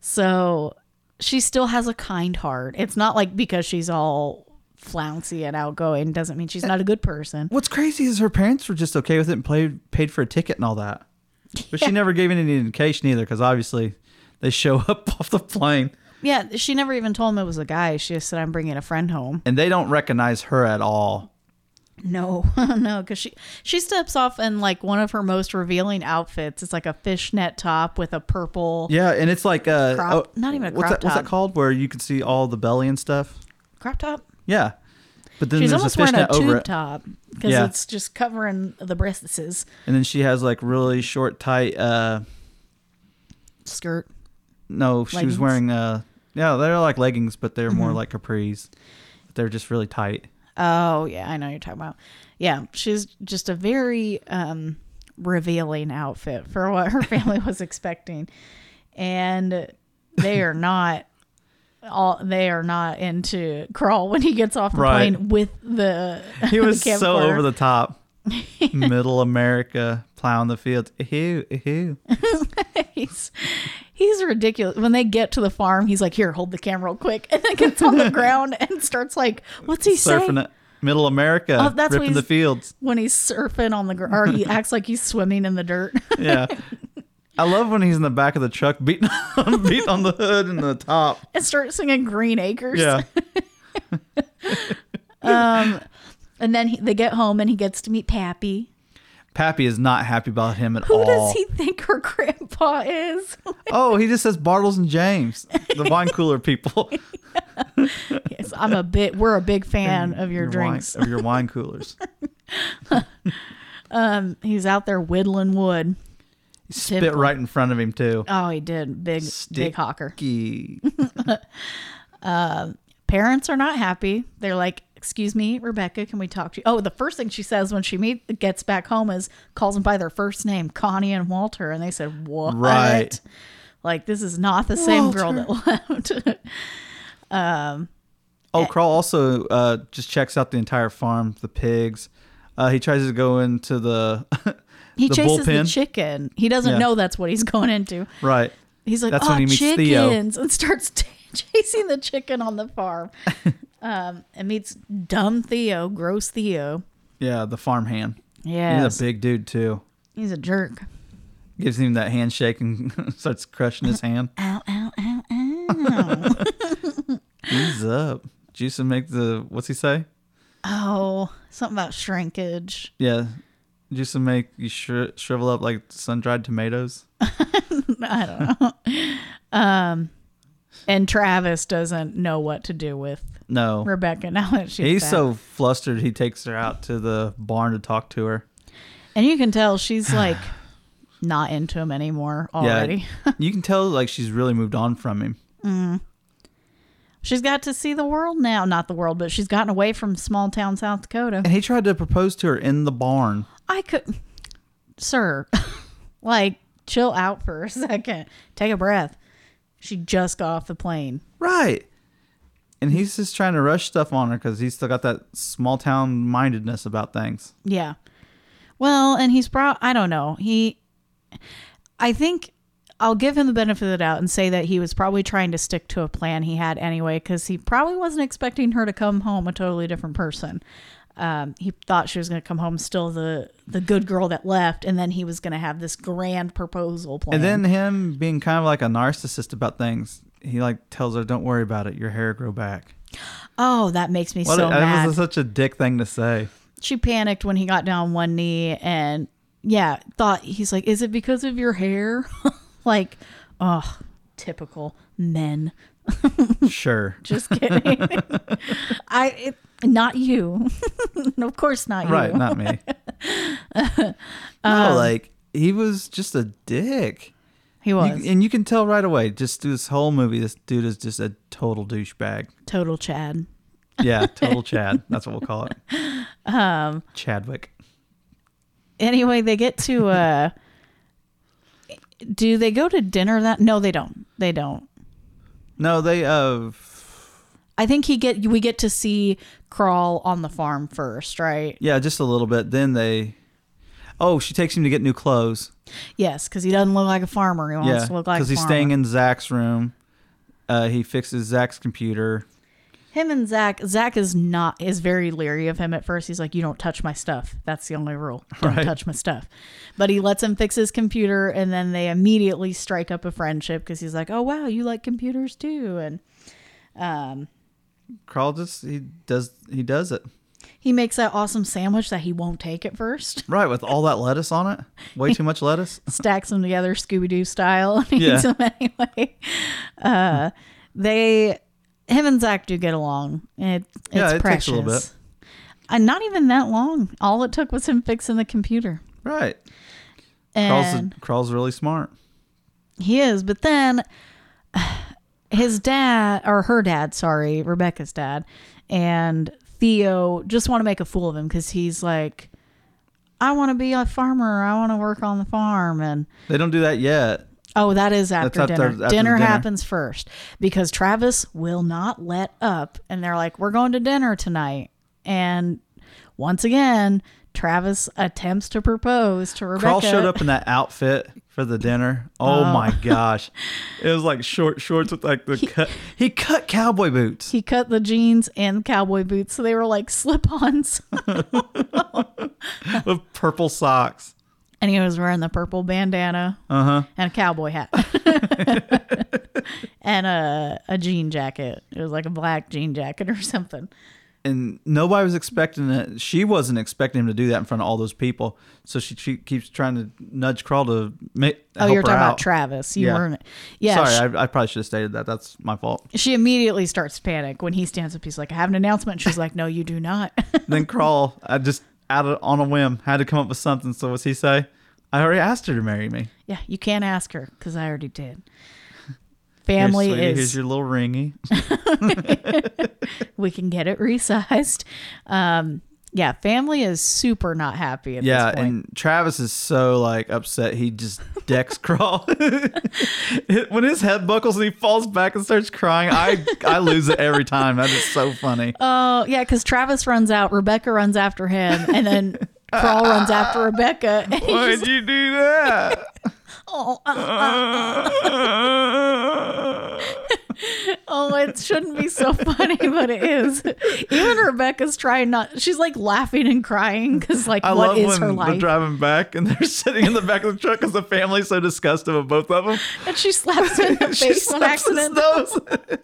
so she still has a kind heart. It's not like because she's all flouncy and outgoing doesn't mean Uh, she's not a good person. What's crazy is her parents were just okay with it and played, paid for a ticket and all that. But she never gave any indication either because obviously they show up off the plane Yeah, she never even told him it was a guy. She just said, "I'm bringing a friend home." and they don't recognize her at all. No, no, because she she steps off in like one of her most revealing outfits. It's like a fishnet top with a purple Yeah, and it's like uh, Crop- not even a what's crop that, What's that top. called? Where you can see all the belly and stuff. crop top. Yeah, but then She's there's a almost wearing a fishnet over tube it, top because Yeah. it's just covering the breasts. and then she has like really short, tight. uh Skirt. No, she Leggings. Mm-hmm. was wearing. uh Yeah, they're like leggings, but they're more like capris. They're just really tight. Oh yeah, I know what you're talking about. Yeah, she's just a very um, revealing outfit for what her family was expecting, and they are not all they are not into crawl when he gets off the Right. plane with the He was so camcorder. over the top. Middle America plowing the fields. Ew, ew. he's he's ridiculous when they get to the farm he's like here hold the camera real quick and then gets on the ground and starts like what's he saying Surfing it. Middle America Oh, that's what ripping the he's- fields. when he's surfing on the ground or he acts like he's swimming in the dirt Yeah. I love when he's in the back of the truck beating, beating on the hood and the top. and starts singing green acres Yeah. And then he, they get home and he gets to meet Pappy. Pappy is not happy about him at Who all. does he think her grandpa is? Oh, he just says Bartles and James, the wine cooler people. yes, I'm a bit. We're a big fan of your, drinks. wine, of your wine coolers. He's out there whittling wood. He spit Typical. right in front of him too. Oh, he did big big Sticky. Oh, hawker. Gee. Parents are not happy. They're like, "Excuse me, Rebecca, can we talk to you?" Oh, the first thing she says when she meet gets back home is calls them by their first name, Connie and Walter, and they said, "What?" Right. Like this is not the same girl that left. Oh, Crawl also uh, just checks out the entire farm, the pigs. Uh, he tries to go into the He The chases the bullpen? chicken. He doesn't Yeah. know that's what he's going into. Right. He's like, That's oh, when he meets Theo." chickens, and starts t- chasing the chicken on the farm. um, and meets dumb Theo, gross Theo. Yeah, the farm hand. Yeah, He's a big dude too. he's a jerk. Gives him that handshake and starts crushing his hand. Ow, ow, ow, ow. He's up. Juice and make the what's he say? oh, something about shrinkage. Yeah. Juice and make you shri- shrivel up like sun dried tomatoes. I don't know. um, and Travis doesn't know what to do with No. Rebecca now that she's He's back. so flustered he takes her out to the barn to talk to her. and you can tell she's like not into him anymore already. Yeah. you can tell like she's really moved on from him. She's got to see the world now. Not the world, but she's gotten away from small town South Dakota. And he tried to propose to her in the barn. I could, sir, like chill out for a second. Take a breath. She just got off the plane. Right. And he's just trying to rush stuff on her because he's still got that small town mindedness about things. Yeah. Well, and he's probably, I don't know. He, I think I'll give him the benefit of the doubt and say that he was probably trying to stick to a plan he had anyway, because he probably wasn't expecting her to come home a totally different person. Um, he thought she was going to come home still the the good girl that left, and then he was going to have this grand proposal plan. And then him being kind of like a narcissist about things. He like tells her, "Don't worry about it. Your hair grow back." oh, that makes me What so a- mad. that was such a dick thing to say. she panicked when he got down on one knee and yeah thought he's like is it because of your hair like oh typical men Sure. just kidding i it, not you of course not you Right, not me. Um, no, like he was just a dick. he You- was and you can tell right away, just through this whole movie, this dude is just a total douchebag. total chad Yeah, total Chad. That's what we'll call it. Um, Chadwick. anyway they get to uh do they go to dinner that no they don't they don't No, they uh, i think he get we get to see crawl on the farm first right yeah, just a little bit. Then they, oh, she takes him to get new clothes. yes because he doesn't look like a farmer he wants yeah, to Oh, look like a he's farmer. staying in Zach's room. Uh, he fixes Zach's computer. him and Zach. Zach is not is very leery of him at first. He's like, "You don't touch my stuff. That's the only rule. Don't Right. touch my stuff." But he lets him fix his computer, and then they immediately strike up a friendship because he's like, "Oh wow, you like computers too," and Carl just he does he does it he makes that awesome sandwich that he won't take at first. right with all that lettuce on it. Way too much lettuce. Stacks them together, Scooby Doo style, and Yeah. eats them anyway. Uh, they, him and Zach do get along. It, it's Yeah, it precious. takes a little bit. And not even that long. All it took was him fixing the computer. Right. Carl's And Carl's really smart. He is, but then his dad or her dad, sorry, Rebecca's dad, and Theo just want to make a fool of him because he's like, I want to be a farmer. I want to work on the farm. And They don't do that yet. oh, that is after after- dinner. after dinner. the dinner. happens first because Travis will not let up. And they're like, we're going to dinner tonight. And once again, Travis attempts to propose to Rebecca. Carl showed up in that outfit for the dinner. Oh, my gosh. It was like short shorts with like the cut. He cut cowboy boots. he cut the jeans and cowboy boots so they were like slip-ons with purple socks. and he was wearing the purple bandana and a cowboy hat and a, a jean jacket it was like a black jean jacket or something And nobody was expecting it. She wasn't expecting him to do that in front of all those people. So she, she keeps trying to nudge Carl to make. oh help you're her talking out. about travis you Yeah. weren't yeah Sorry, she, I, I probably should have stated that. That's my fault. she immediately starts to panic when he stands up he's like i have an announcement she's like no you do not then Carl, I just out of, on a whim had to come up with something. So what's he say? I already asked her to marry me. yeah you can't ask her because i already did Here, family sweetie, is Here's your little ringy. we can get it resized. Um, yeah, family is super not happy at Yeah, this point. and Travis is so like upset he just decks crawl. when his head buckles and he falls back and starts crying, I I lose it every time. That is so funny. Um, oh yeah, because Travis runs out, Rebecca runs after him, and then Crawl runs after Rebecca. And he's Why'd just, you do that? oh, uh, uh. oh, it shouldn't be so funny, but it is. Even Rebecca's trying not. She's like laughing and crying because like, I what love is when her they're life? driving back and they're sitting in the back of the truck because the family's so disgusted with both of them. and she slaps him in the She face on slaps his accident. nose.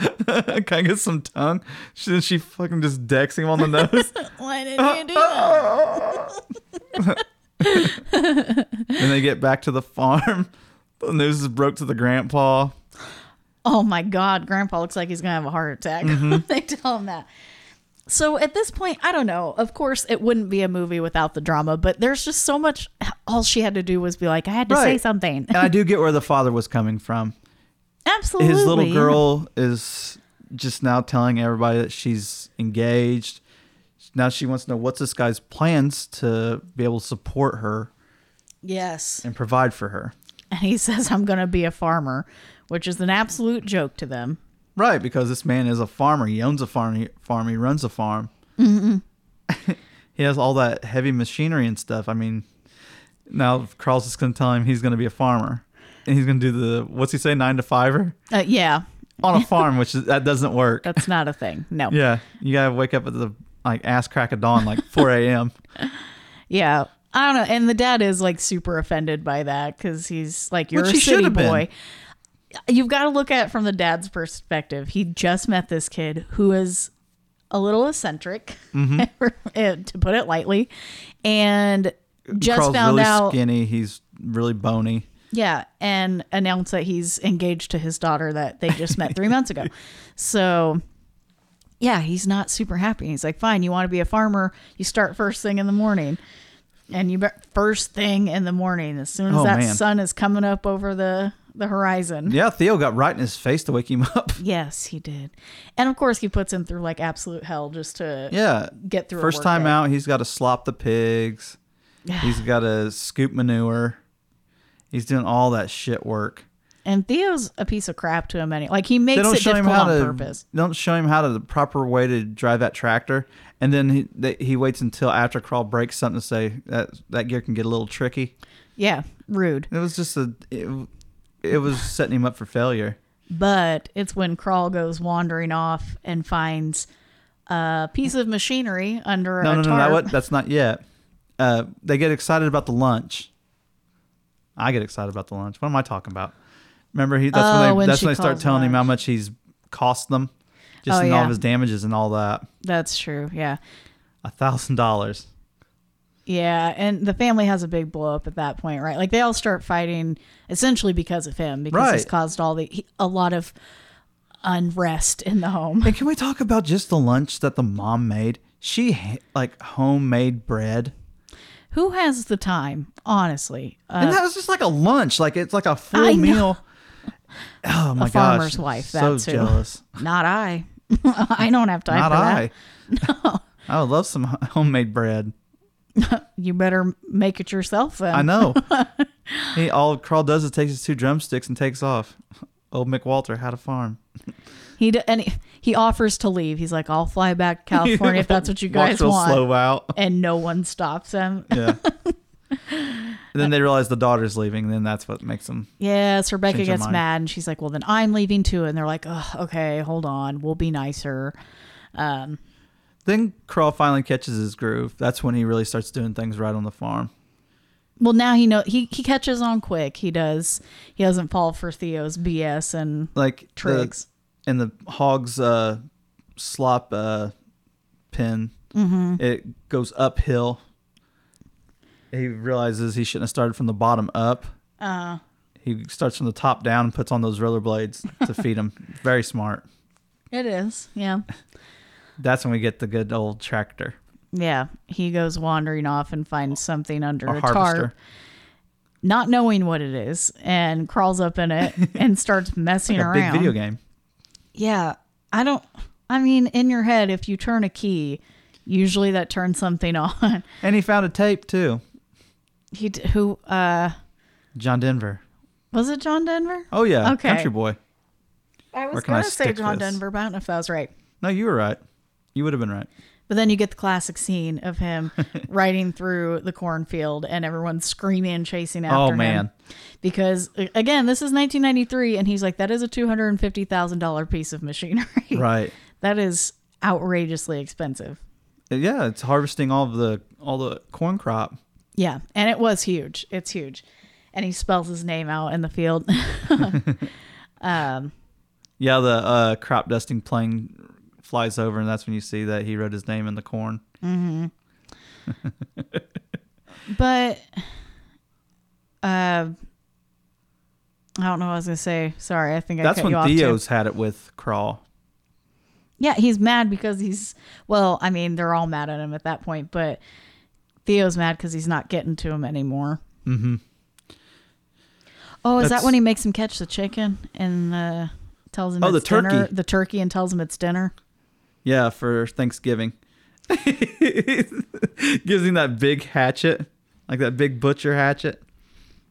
Can I get some tongue? She, then she fucking just decks him on the nose. Why did you do that? and they get back to the farm. The news is broke to the grandpa. Oh my God, Grandpa looks like he's gonna have a heart attack. Mm-hmm. they tell him that. So at this point, I don't know. Of course, it wouldn't be a movie without the drama, but there's just so much. All she had to do was be like, I had to say Right. something. And I do get where the father was coming from. Absolutely. His little girl is just now telling everybody that she's engaged. Now she wants to know what's this guy's plans to be able to support her Yes. and provide for her. And he says, I'm going to be a farmer, which is an absolute joke to them. Right, because this man is a farmer. He owns a farm. He, farm. He runs a farm. Mm-hmm. he has all that heavy machinery and stuff. I mean, now Carl's just going to tell him he's going to be a farmer, and he's going to do the what's he say nine to fiver Uh, yeah. on a farm, which is, that doesn't work. That's not a thing. No. Yeah, you gotta wake up at the like ass crack of dawn, like four a.m. Yeah. I don't know. And the dad is like super offended by that because he's like, You're Which a he should city have been. boy. You've got to look at it from the dad's perspective. He just met this kid who is a little eccentric, Mm-hmm. to put it lightly, and just Carl's found really out. skinny. He's really bony. Yeah, and announced that he's engaged to his daughter that they just met three months ago. So, yeah, he's not super happy. He's like, "Fine, you want to be a farmer? You start first thing in the morning, and you bet first thing in the morning as soon as Oh, that man. sun is coming up over the the horizon." Yeah, Theo got right in his face to wake him up. Yes, he did, and of course he puts him through like absolute hell just to Yeah, get through. a first work time day. out, he's got to slop the pigs. he's got to scoop manure. He's doing all that shit work. and Theo's a piece of crap to him. Any like he makes They don't it show him difficult how on to. purpose. they Don't show him how to the proper way to drive that tractor, and then he they, he waits until after Carl breaks something to say that that gear can get a little tricky. Yeah, rude. It was just a. It, it was setting him up for failure. but it's when Crawl goes wandering off and finds a piece of machinery under a No, no, no, tarp. no. What? That's not yet. Uh, they get excited about the lunch. I get excited about the lunch. What am I talking about? Remember, he. That's when Oh, they. when that's she when they start calls telling him how lunch. much he's cost them, just Oh, in all yeah. of his damages and all that. That's true. Yeah. A thousand dollars. Yeah, and the family has a big blow up at that point, right? Like they all start fighting essentially because of him because he's Right. caused all the he- a lot of unrest in the home. And can we talk about just the lunch that the mom made? She ha- like homemade bread, Who has the time, honestly? Uh, and that was just like a lunch. Like it's like a full I know. meal. Oh my a gosh! farmer's wife, So that too. jealous. Not I. I don't have time Not for that. I. No. I would love some h- homemade bread. You better make it yourself then. I know. he all Carl does is takes his two drumsticks and takes off. Old McWalter had a farm. He d- and he, he offers to leave. He's like, "I'll fly back to California if that's what you Walks guys real want." Slow out. And no one stops him. Yeah. and then they realize the daughter's leaving. And then that's what makes them. Yes, Rebecca Change your gets mind. mad, and she's like, "Well, then I'm leaving too." And they're like, "Ugh, "Okay, hold on, we'll be nicer." Then Carl finally catches his groove. That's when he really starts doing things right on the farm. Well, now he know he he catches on quick. He does. He doesn't fall for Theo's BS and Like the- tricks. and the hog's uh, slop uh, pin, Mm-hmm. it goes uphill. He realizes he shouldn't have started from the bottom up. Uh, he starts from the top down and puts on those rollerblades to feed him. Very smart. It is, yeah, That's when we get the good old tractor, yeah. He goes wandering off and finds something under a a harvester. tarp, not knowing what it is, and crawls up in it and starts messing Like a around. big video game. Yeah, I don't. I mean, in your head, if you turn a key, usually that turns something on. And he found a tape too. He d- who uh John Denver. was it John Denver? Oh yeah, Okay. Country Boy. I was where can I gonna say stick John this? Denver, but I don't know if that was right. No, you were right. You would have been right. But then you get the classic scene of him riding through the cornfield and everyone screaming and chasing after him. Oh, man. Because a- again, this is 1993 and he's like that is a $250,000 piece of machinery. Right. That is outrageously expensive. Yeah, it's harvesting all of the all the corn crop. Yeah, and it was huge. It's huge. And he spells his name out in the field. Yeah, the uh, crop dusting plane flies over, and that's when you see that he wrote his name in the corn. but uh I don't know what I was gonna say. Sorry, I think I That's cut you when off too. Theo's had it with Crawl. Yeah, he's mad because he's well, I mean, they're all mad at him at that point, but Theo's mad because he's not getting to him anymore. Mm-hmm. Oh, is That's- that when he makes him catch the chicken and uh, tells him Oh, the it's dinner- turkey. the turkey, and tells him it's dinner? Yeah, for Thanksgiving. Gives him that big hatchet, like that big butcher hatchet.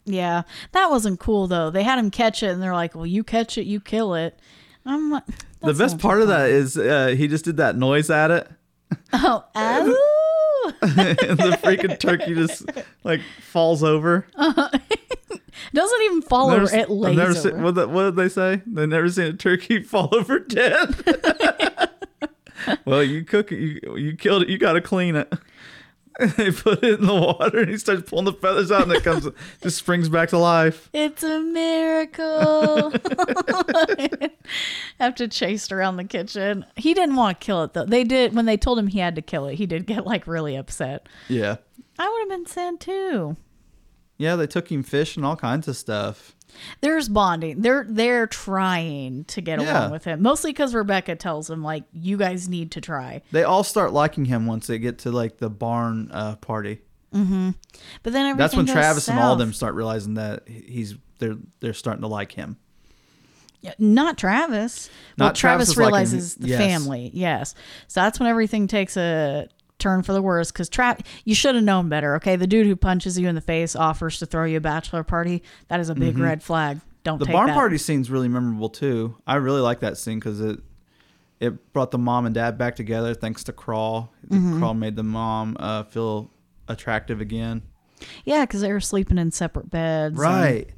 Yeah, that wasn't cool though. They had him catch it, and they're like, "Well, you catch it, you kill it." I'm like, the best part of that is uh, he just did that noise at it, oh, Eh. ow. and the freaking turkey just like falls over. doesn't even fall over; Never- it lays never over. Seen, what, the- what did they say? They never seen a turkey fall over dead. well, you cook it, you you killed it. You got to clean it. they put it in the water, and he starts pulling the feathers out, and it comes just springs back to life. It's a miracle. Have to chase around the kitchen. He didn't want to kill it though. They did when they told him he had to kill it. He did get like really upset. Yeah, I would have been sad too. yeah. They took him fish and all kinds of stuff. There's bonding. They're they're trying to get Yeah. along with him, mostly because Rebecca tells him like you guys need to try. They all start liking him once they get to like the barn uh, party. But then everything That's when goes Travis and all south. of them start realizing that he's they're they're starting to like him. Not Travis. well, Not Travis, Travis is like in- realizes the yes. family. Yes. So that's when everything takes a turn for the worse because Travis, you should have known better. Okay. The dude who punches you in the face offers to throw you a bachelor party. That is a big red flag. Don't Mm-hmm. The take barn that. party scene's really memorable too. I really like that scene because it it brought the mom and dad back together thanks to Crawl. Mm-hmm. Crawl made the mom uh, feel attractive again. Yeah. Because they were sleeping in separate beds. and- Right.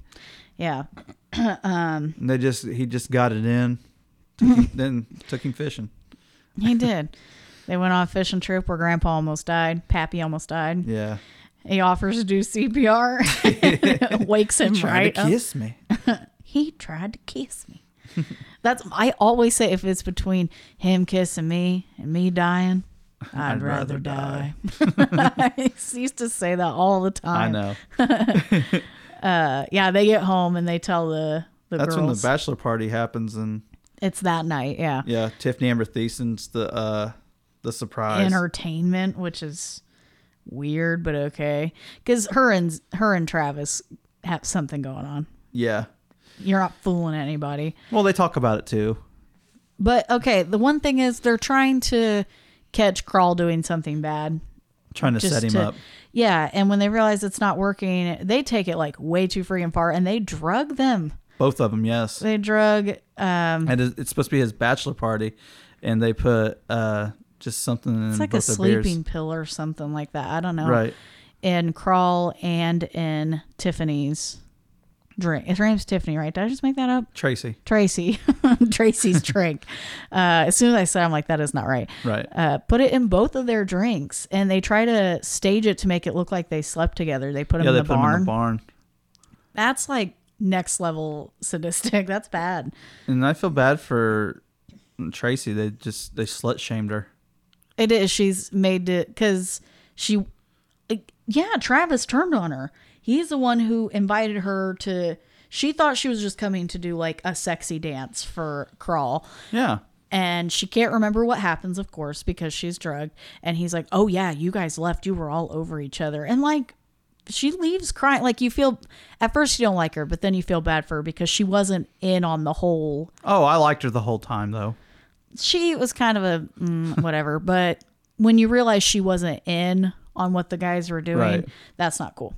yeah. And they just he just got it in. Took him- then took him fishing. He did. They went on a fishing trip where grandpa almost died. Pappy almost died. Yeah. He offers to do CPR, wakes him Trying right Oh. to up. kiss me. he tried to kiss me. That's I always say if it's between him kissing me and me dying, I'd, I'd rather, rather die. I used to say that all the time. I know. Uh, yeah, they get home and they tell the the That's when the girls bachelor party happens and it's that night. Yeah, yeah, Tiffany Amber Thiessen's the uh the surprise. entertainment, which is weird but okay, because her and her and Travis have something going on. yeah. You're not fooling anybody. Well, they talk about it too. But okay, the one thing is they're trying to catch Crawl doing something bad. Trying to Just set him to- up. Yeah, and when they realize it's not working, they take it like way too freaking far and they drug them. Both of them, yes. They drug Mm, um and it- it's supposed to be his bachelor party, and they put uh just something in it's like a both their sleeping beers. pill or something like that. I don't know. Right. In Crawl and in Tiffany's drink. Her name's Tiffany, right? Did I just make that up? Tracy. Tracy. Tracy's drink. Uh, as soon as I said, I'm like, that is not right. Right. Uh, put it in both of their drinks, and they try to stage it to make it look like they slept together. They put them yeah, in they the put barn. him in the barn, That's like next level sadistic. That's bad. and I feel bad for Tracy. They just they slut shamed her. It is. She's made it because she, like, yeah, Travis turned on her. He's the one who invited her to. She thought she was just coming to do like a sexy dance for Crawl. Yeah. And she can't remember what happens, of course, because she's drugged. And he's like, Oh, yeah, you guys left. You were all over each other. And like, she leaves crying. Like, you feel at first you don't like her, but then you feel bad for her because she wasn't in on the whole Oh, I liked her the whole time though. she was kind of a mm, whatever, but when you realize she wasn't in on what the guys were doing, Right. that's not cool.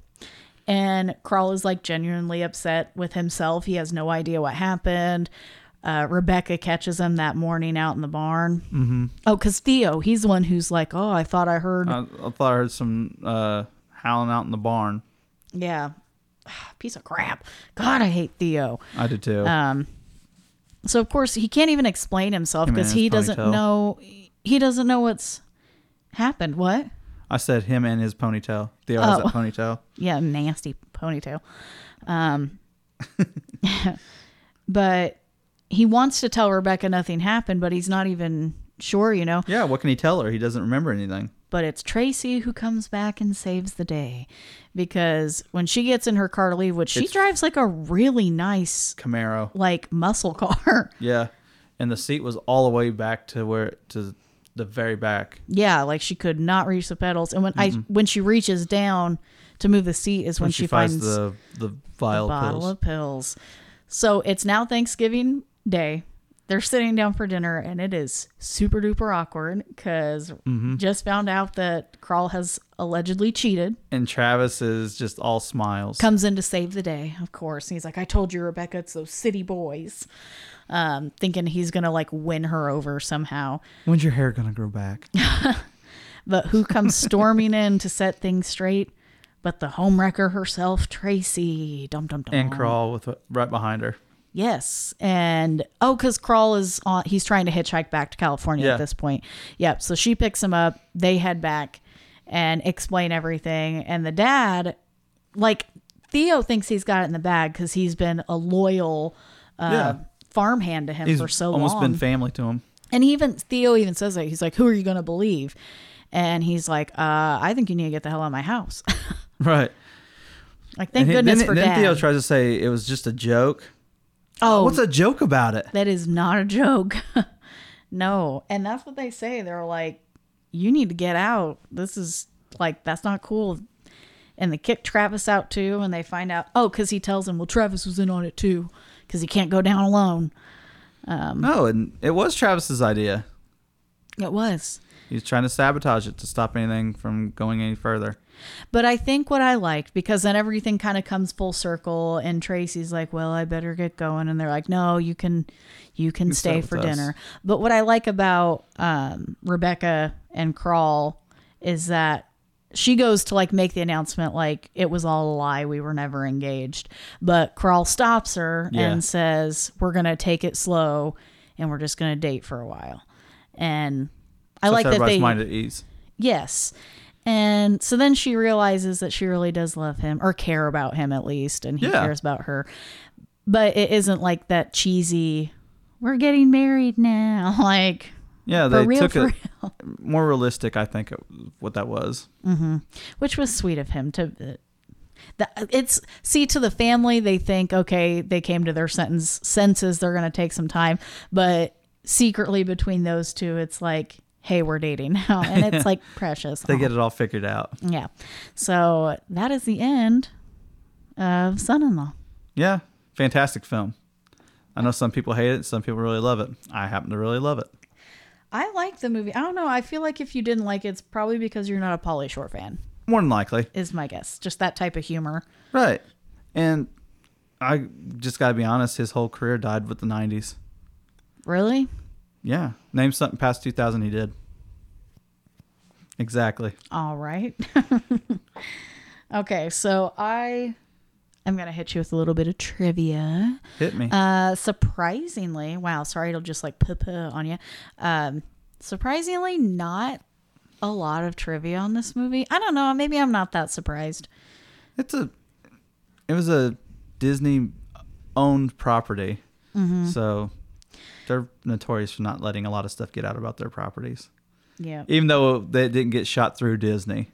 And Crawl is like genuinely upset with himself. He has no idea what happened. Uh, Rebecca catches him that morning out in the barn. Mm-hmm. Oh, because Theo, he's the one who's like, "Oh, I thought I heard." I, I thought I heard some uh, howling out in the barn. yeah, piece of crap. God, I hate Theo. I did too. Um, So of course he can't even explain himself Him and because his he doesn't ponytail. know. He doesn't know what's happened. What? I said him and his ponytail. Theo has Oh. that ponytail. Yeah, nasty ponytail. Um, but he wants to tell Rebecca nothing happened, but he's not even sure. You know. Yeah, what can he tell her? He doesn't remember anything. but it's Tracy who comes back and saves the day because when she gets in her car to leave, which she It's- drives like a really nice Camaro. like muscle car. Yeah. And the seat was all the way back to where to the very back. yeah, like she could not reach the pedals and when I when she reaches down to move the seat is Mm-hmm. when, When she, she, finds finds the the a vial bottle Oh, pills. of pills. So it's now Thanksgiving Day. They're sitting down for dinner, and it is super duper awkward because Mm-hmm. just found out that Crawl has allegedly cheated. and Travis is just all smiles. Comes in to save the day, of course. And he's like, "I told you, Rebecca, it's those city boys," um, thinking he's gonna like win her over somehow. When's your hair gonna grow back? But who comes storming in to set things straight? But the homewrecker herself, Tracy. Dum dum dum. and crawl with right behind her. Yes. And oh, because Crawl is on, he's trying to hitchhike back to California Yeah. at this point. Yep. So she picks him up. They head back and explain everything. And the dad, like, Theo thinks he's got it in the bag because he's been a loyal uh, Yeah. farmhand to him He's for so almost long. been family to him. And he even Theo even says that he's like, "Who are you gonna believe?" And he's like, uh, "I think you need to get the hell out of my house." Right. like, thank he- goodness then, for then dad. Theo tries to say it was just a joke. oh, What's a joke about it? that is not a joke. no, and that's what they say. They're like, "You need to get out. This is like that's not cool." And they kick Travis out too, and they find out oh, because he tells them, "Well, Travis was in on it too, because he can't go down alone." Um, No, and it was Travis's idea. It was. He was trying to sabotage it to stop anything from going any further. But I think what I liked because then everything kind of comes full circle and Tracy's like, "Well, I better get going." And they're like, "No, you can you can stay stay for with us." dinner." But what I like about um, Rebecca and Crawl is that she goes to like make the announcement like it was all a lie, we were never engaged. But Crawl stops her Yeah. and says, "We're going to take it slow and we're just going to date for a while." And I Puts like that everybody's they mind at ease. Yes. And so then she realizes that she really does love him or care about him at least, and he Yeah. cares about her. But it isn't like that cheesy, we're getting married now. Like, Yeah, for they real, took for it real. more realistic. I think it- what that was. Which was sweet of him to. uh, The, it's see to the family they think okay they came to their sentence senses they're gonna take some time but secretly between those two it's like hey we're dating now and it's like precious They get it all figured out. Yeah. So that is the end of Son in Law. Yeah, fantastic film. I know some people hate it. Some people really love it. I happen to really love it. I like the movie. I don't know. I feel like if you didn't like it, it's probably because you're not a Polly Shore fan, More than likely, is my guess. Just that type of humor. right? And I just gotta be honest. His whole career died with the '90s. Really? Yeah, name something past 2000 he did. Exactly. All right. okay. So I am going to hit you with a little bit of trivia. Hit me. Uh, surprisingly, wow, sorry, it'll just like put on you. Um, surprisingly, not a lot of trivia on this movie. I don't know. Maybe I'm not that surprised. it's a. It was a Disney owned property, so they're notorious for not letting a lot of stuff get out about their properties. Yeah. even though they didn't get shot through Disney.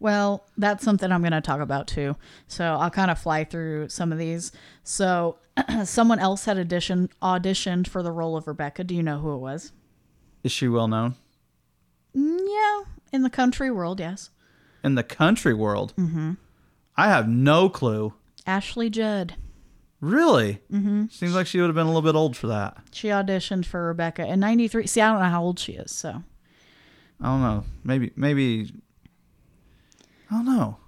Well, that's something I'm going to talk about too. So I'll kind of fly through some of these. So someone else had audition auditioned for the role of Rebecca. Do you know who it was? Is she well known Mm, Yeah, in the country world, yes. in the country world? Mm-hmm. I have no clue. Ashley Judd. Really? Mm-hmm. Seems like she would have been a little bit old for that. She auditioned for Rebecca in '93. See, I don't know how old she is, so I don't know. Maybe, maybe. I don't know.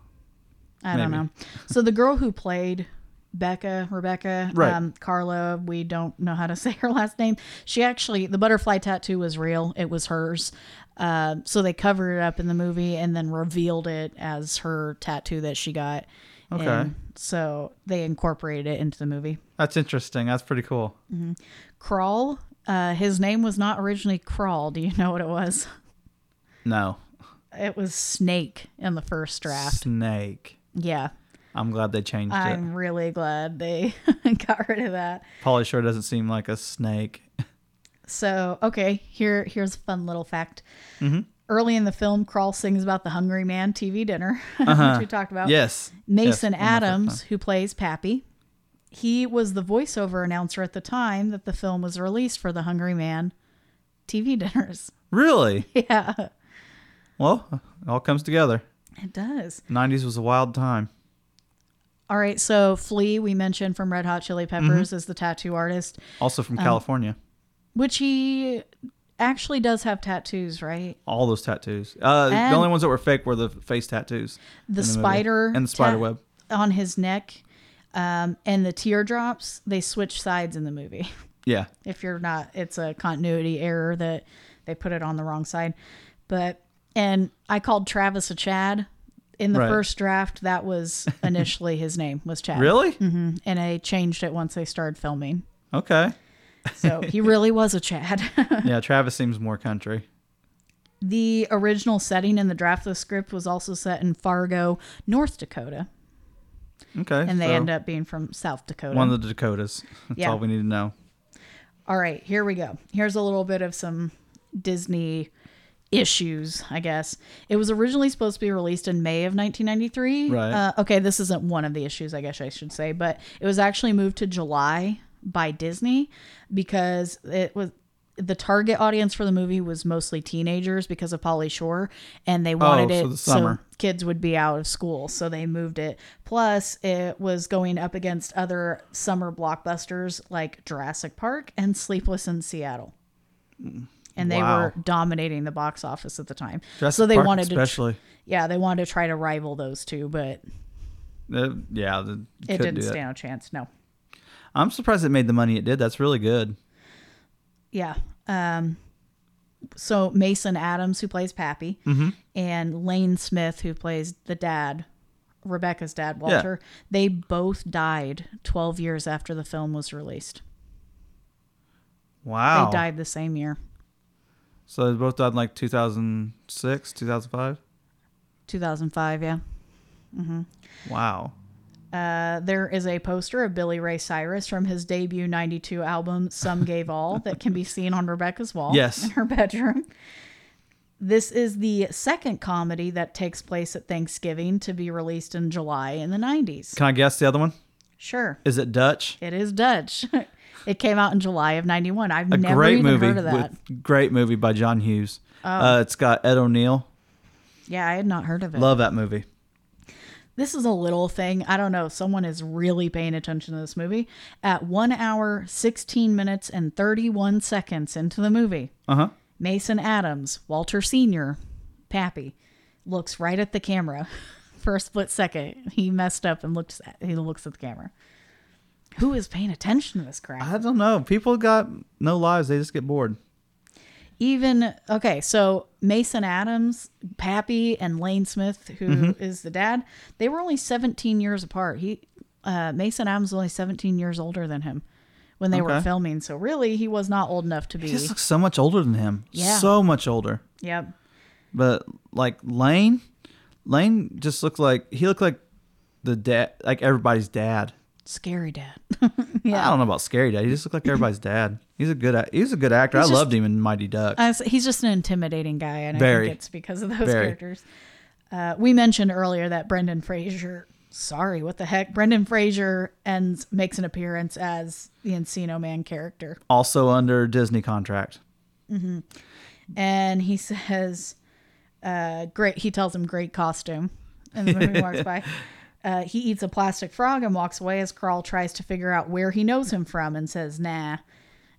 I don't Maybe. know. So the girl who played Becca, Rebecca, Right. um, Carla. We don't know how to say her last name. She actually, the butterfly tattoo was real. It was hers. Uh, so they covered it up in the movie and then revealed it as her tattoo that she got. Okay. And so they incorporated it into the movie. That's interesting. That's pretty cool. Crawl. Uh, his name was not originally Crawl. Do you know what it was? No. It was Snake in the first draft. Snake. Yeah. I'm glad they changed it. I'm really glad they got rid of that. Polly sure doesn't seem like a snake. Oh, So, okay, here here's a fun little fact. Mm-hmm. Early in the film, Crawl sings about the Hungry Man TV dinner, which we talked about. Uh-huh. Yes. Mason Yes, I'm not- Adams, who plays Pappy, he was the voiceover announcer at the time that the film was released for the Hungry Man TV dinners. Really? Yeah, Well, it all comes together. it does. 90s was a wild time. All right, so Flea, we mentioned from Red Hot Chili Peppers, Mm-hmm. is the tattoo artist, Also Oh. from California. which he actually does have tattoos, right? All those tattoos. Uh, the and- only ones that were fake were the face tattoos. in the, movie. spider and the spider ta- web. on his neck um, and the teardrops they switch sides in the movie Yeah. if you're not it's a continuity error that they put it on the wrong side but and i called travis a chad in the Right. first draft that was initially his name was chad Really? Mhm. and i changed it once they started filming Okay. so he really was a chad Yeah, Travis seems more country. the original setting in the draft of the script was also set in fargo north dakota Okay. and they so end up being from south dakota one of the Dakotas. That's Yeah. all we need to know. All right, here we go. Here's a little bit of some Disney issues, I guess. It was originally supposed to be released in May of 1993. Right. Uh, okay, this isn't one of the issues, I guess I should say, but it was actually moved to July by Disney because it was the target audience for the movie was mostly teenagers because of Polly Shore, and they wanted Oh, so it the summer. kids would be out of school, so they moved it. Plus, it was going up against other summer blockbusters like Jurassic Park and Sleepless in Seattle. And they Wow. were dominating the box office at the time. Jurassic so they Park wanted especially. to tr- Yeah, they wanted to try to rival those two, but Uh, yeah, the, it couldn't didn't do that. stand a chance. No. I'm surprised it made the money it did. That's really good. Yeah. Um so Mason Adams who plays Pappy and Lane Smith who plays the dad, Rebecca's dad Walter, they both died 12 years after the film was released. Wow. They died the same year, So they both died in like 2006, 2005. 2005, yeah. Wow. Uh, there is a poster of Billy Ray Cyrus from his debut 92 album, Some Gave All, that can be seen on Rebecca's wall Yes. in her bedroom. This is the second comedy that takes place at Thanksgiving to be released in July in the 90s. Can I guess the other one? Sure. Is it Dutch? It is Dutch. it came out in July of 91. I've A never great even movie. heard of that. Oh. With, great movie by John Hughes. Uh, it's got Ed O'Neill. Yeah, I had not heard of it. Love that movie. This is a little thing. I don't know. Someone is really paying attention to this movie. At one hour, 16 minutes, and 31 seconds into the movie, Uh huh. Mason Adams, Walter Sr., Pappy, looks right at the camera for a split second. He messed up and looks at, he looks at the camera. Who is paying attention to this crap? I don't know. People got no lives. They just get bored. even okay so mason adams pappy and lane smith who is Mm-hmm. the dad they were only 17 years apart he uh, mason adams was only 17 years older than him when they were Okay. filming so really he was not old enough to be He just looks so much older than him. Yeah. So much older. yep But like Lane, Lane just looked like he looked like the dad, like everybody's dad. scary dad I don't know about scary dad. He just looked like everybody's dad. He's a good. act- He's a good actor. He's I just- loved him in Mighty Duck. I was- he's just an intimidating guy and i Very. think it's because of those Very. characters uh, we mentioned earlier that brendan fraser sorry what the heck brendan fraser ends makes an appearance as the encino man character also under Disney contract. and he says, uh, "Great." He tells him, "Great costume," and the movie walks by. Uh, he eats a plastic frog and walks away as Crawl tries to figure out where he knows him from and says, "Nah,"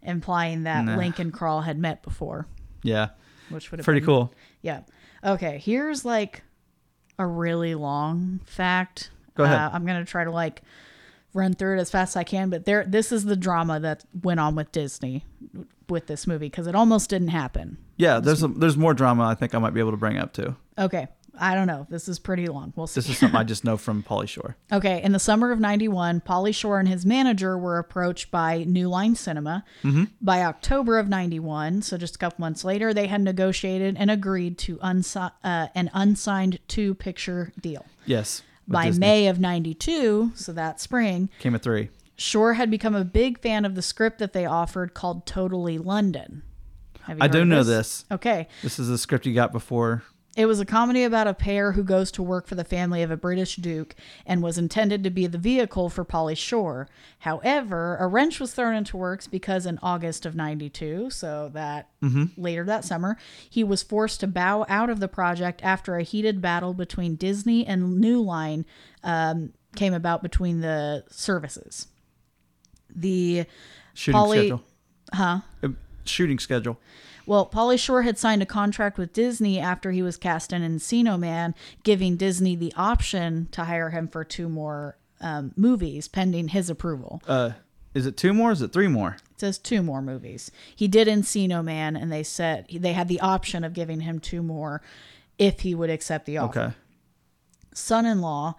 implying that Link and Crawl had met before, Yeah, which would have pretty been- cool. Yeah. Okay. Here's like a really long fact. Go ahead. Uh, I'm gonna try to like run through it as fast as I can. But there, this is the drama that went on with Disney with this movie because it almost didn't happen. Yeah, there's a, there's more drama I think I might be able to bring up too. Okay, I don't know. This is pretty long. We'll see. This is something I just know from Polly Shore. Okay, in the summer of 91, Polly Shore and his manager were approached by New Line Cinema. Mm-hmm. By October of 91, so just a couple months later, they had negotiated and agreed to unsi- uh, an unsigned two picture deal. Yes. with By Disney. May of 92, so that spring, Came a three. Shore had become a big fan of the script that they offered called Totally London. Have you I do heard know this. Okay. This is the script you got before. It was a comedy about a pair who goes to work for the family of a British duke and was intended to be the vehicle for Polly Shore. However, a wrench was thrown into works because in August of 92, so that later that summer, he was forced to bow out of the project after a heated battle between Disney and New Line um, came about between the services. The Shooting Polly- schedule. Huh? Shooting schedule. Well, Polly Shore had signed a contract with Disney after he was cast in Encino Man, giving Disney the option to hire him for two more um, movies pending his approval. Uh, is it two more? Is it three more? It says two more movies. He did Encino Man, and they said they had the option of giving him two more if he would accept the offer. Okay. Son in law.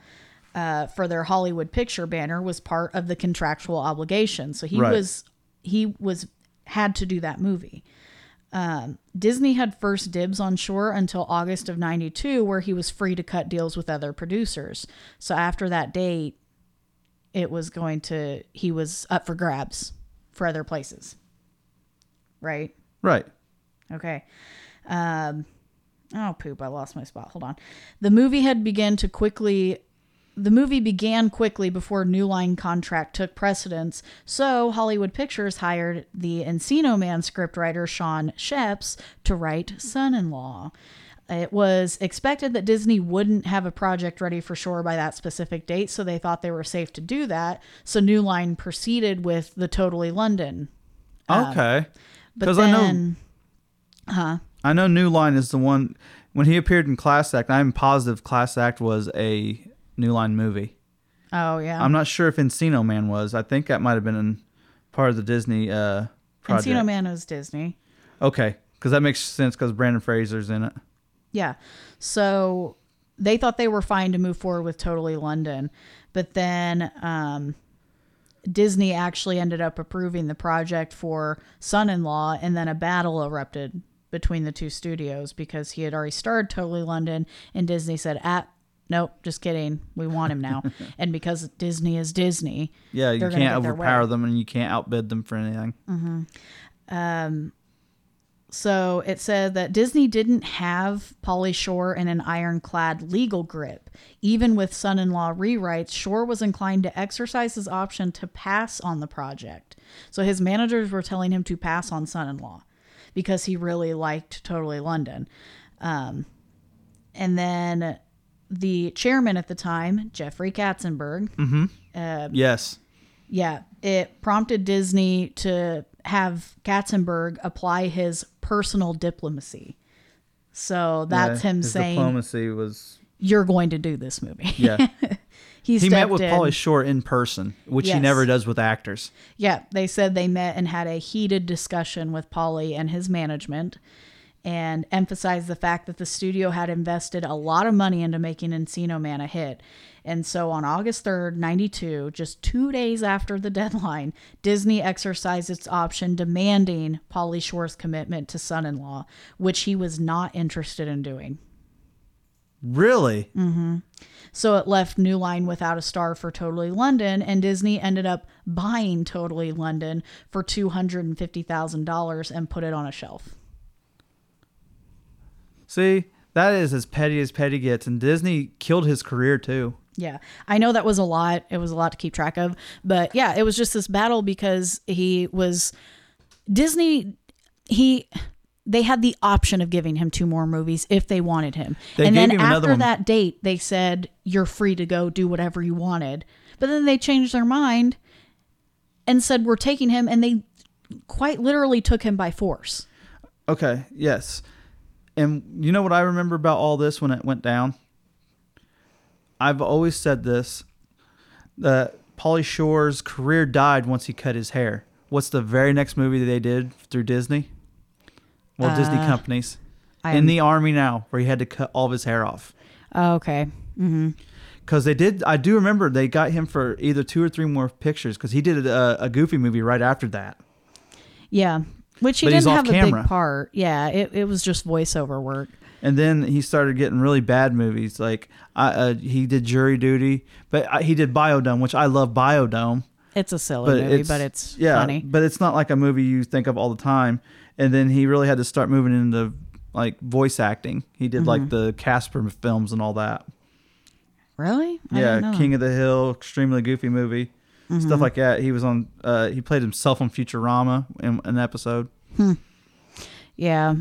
Uh, for their Hollywood picture banner was part of the contractual obligation, so he Right. was he was had to do that movie. Um, Disney had first dibs on Shore until August of 92, where he was free to cut deals with other producers. So after that date, it was going to, he was up for grabs for other places. Right? Right. Okay. Um, oh, poop. I lost my spot. Hold on. The movie had begun to quickly. The movie began quickly before New Line contract took precedence, so Hollywood Pictures hired the Encino Man scriptwriter Sean Sheps to write Son in Law. It was expected that Disney wouldn't have a project ready for shore by that specific date, so they thought they were safe to do that. So New Line proceeded with the Totally London. Um, Okay. But 'Cause I know- then, I know New Line is the one when he appeared in Class Act. I'm positive Class Act was a New Line movie. oh yeah, I'm not sure if Encino Man was. I think that might have been in part of the Disney uh, project. Encino Man is Disney. Okay, because that makes sense because Brandon Fraser's in it. Yeah. So they thought they were fine to move forward with Totally London, but then um, Disney actually ended up approving the project for Son in Law, and then a battle erupted between the two studios because he had already starred Totally London, and Disney said, ah, nope, just kidding. We want him now. and because Disney is Disney, Yeah, you They're gonna can't get their way. Mm. overpower them and you can't outbid them for anything. So it said that Disney didn't have Polly Shore in an ironclad legal grip. Even with son in law rewrites, Shore was inclined to exercise his option to pass on the project. So his managers were telling him to pass on son in law because he really liked Totally London. Um, and then the chairman at the time, Jeffrey Katzenberg, Yes. yeah, it prompted Disney to have Katzenberg apply his personal diplomacy. So that's Yeah, him his saying, diplomacy was. "You're going to do this movie." Yeah, he he met stepped with in. Pauly Shore in person, which he Yes. never does with actors. Yeah, they said they met and had a heated discussion with Polly and his management and emphasized the fact that the studio had invested a lot of money into making Encino Man a hit. And so on August 3rd, 92, just two days after the deadline, Disney exercised its option demanding Polly Shore's commitment to son in law, which he was not interested in doing. Really? So it left New Line without a star for Totally London, and Disney ended up buying Totally London for $250,000 and put it on a shelf. See, that is as petty as petty gets, and Disney killed his career too. Yeah. I know that was a lot. It was a lot to keep track of. But yeah, it was just this battle because he was Disney he they had the option of giving him two more movies if they wanted him. They and gave then him another after one. that date, they said you're free to go do whatever you wanted. But then they changed their mind and said we're taking him and they quite literally took him by force. Okay, yes. And you know what I remember about all this when it went down? I've always said this that Polly Shore's career died once he cut his hair. What's the very next movie that they did through Disney? Well, Disney Uh, companies. I In am- the Army Now, where he had to cut all of his hair off. Oh, okay. Because they did, I do remember they got him for either two or three more pictures because he did a, a Goofy movie right after that. Yeah. Which he But he's didn't off have a camera. big part. Yeah. It, it was just voiceover work. And then he started getting really bad movies. Like I, uh, he did Jury Duty, but I, he did Biodome, which I love Biodome. It's a silly But movie, it's but it's yeah, funny. but it's not like a movie you think of all the time. And then he really had to start moving into like voice acting. He did like Mm-hmm. the Casper films and all that. Really? I yeah, didn't know. Mm-hmm. King of the Hill, extremely goofy movie, stuff like that. He was on. Uh, he played himself on Futurama in an episode. Yeah.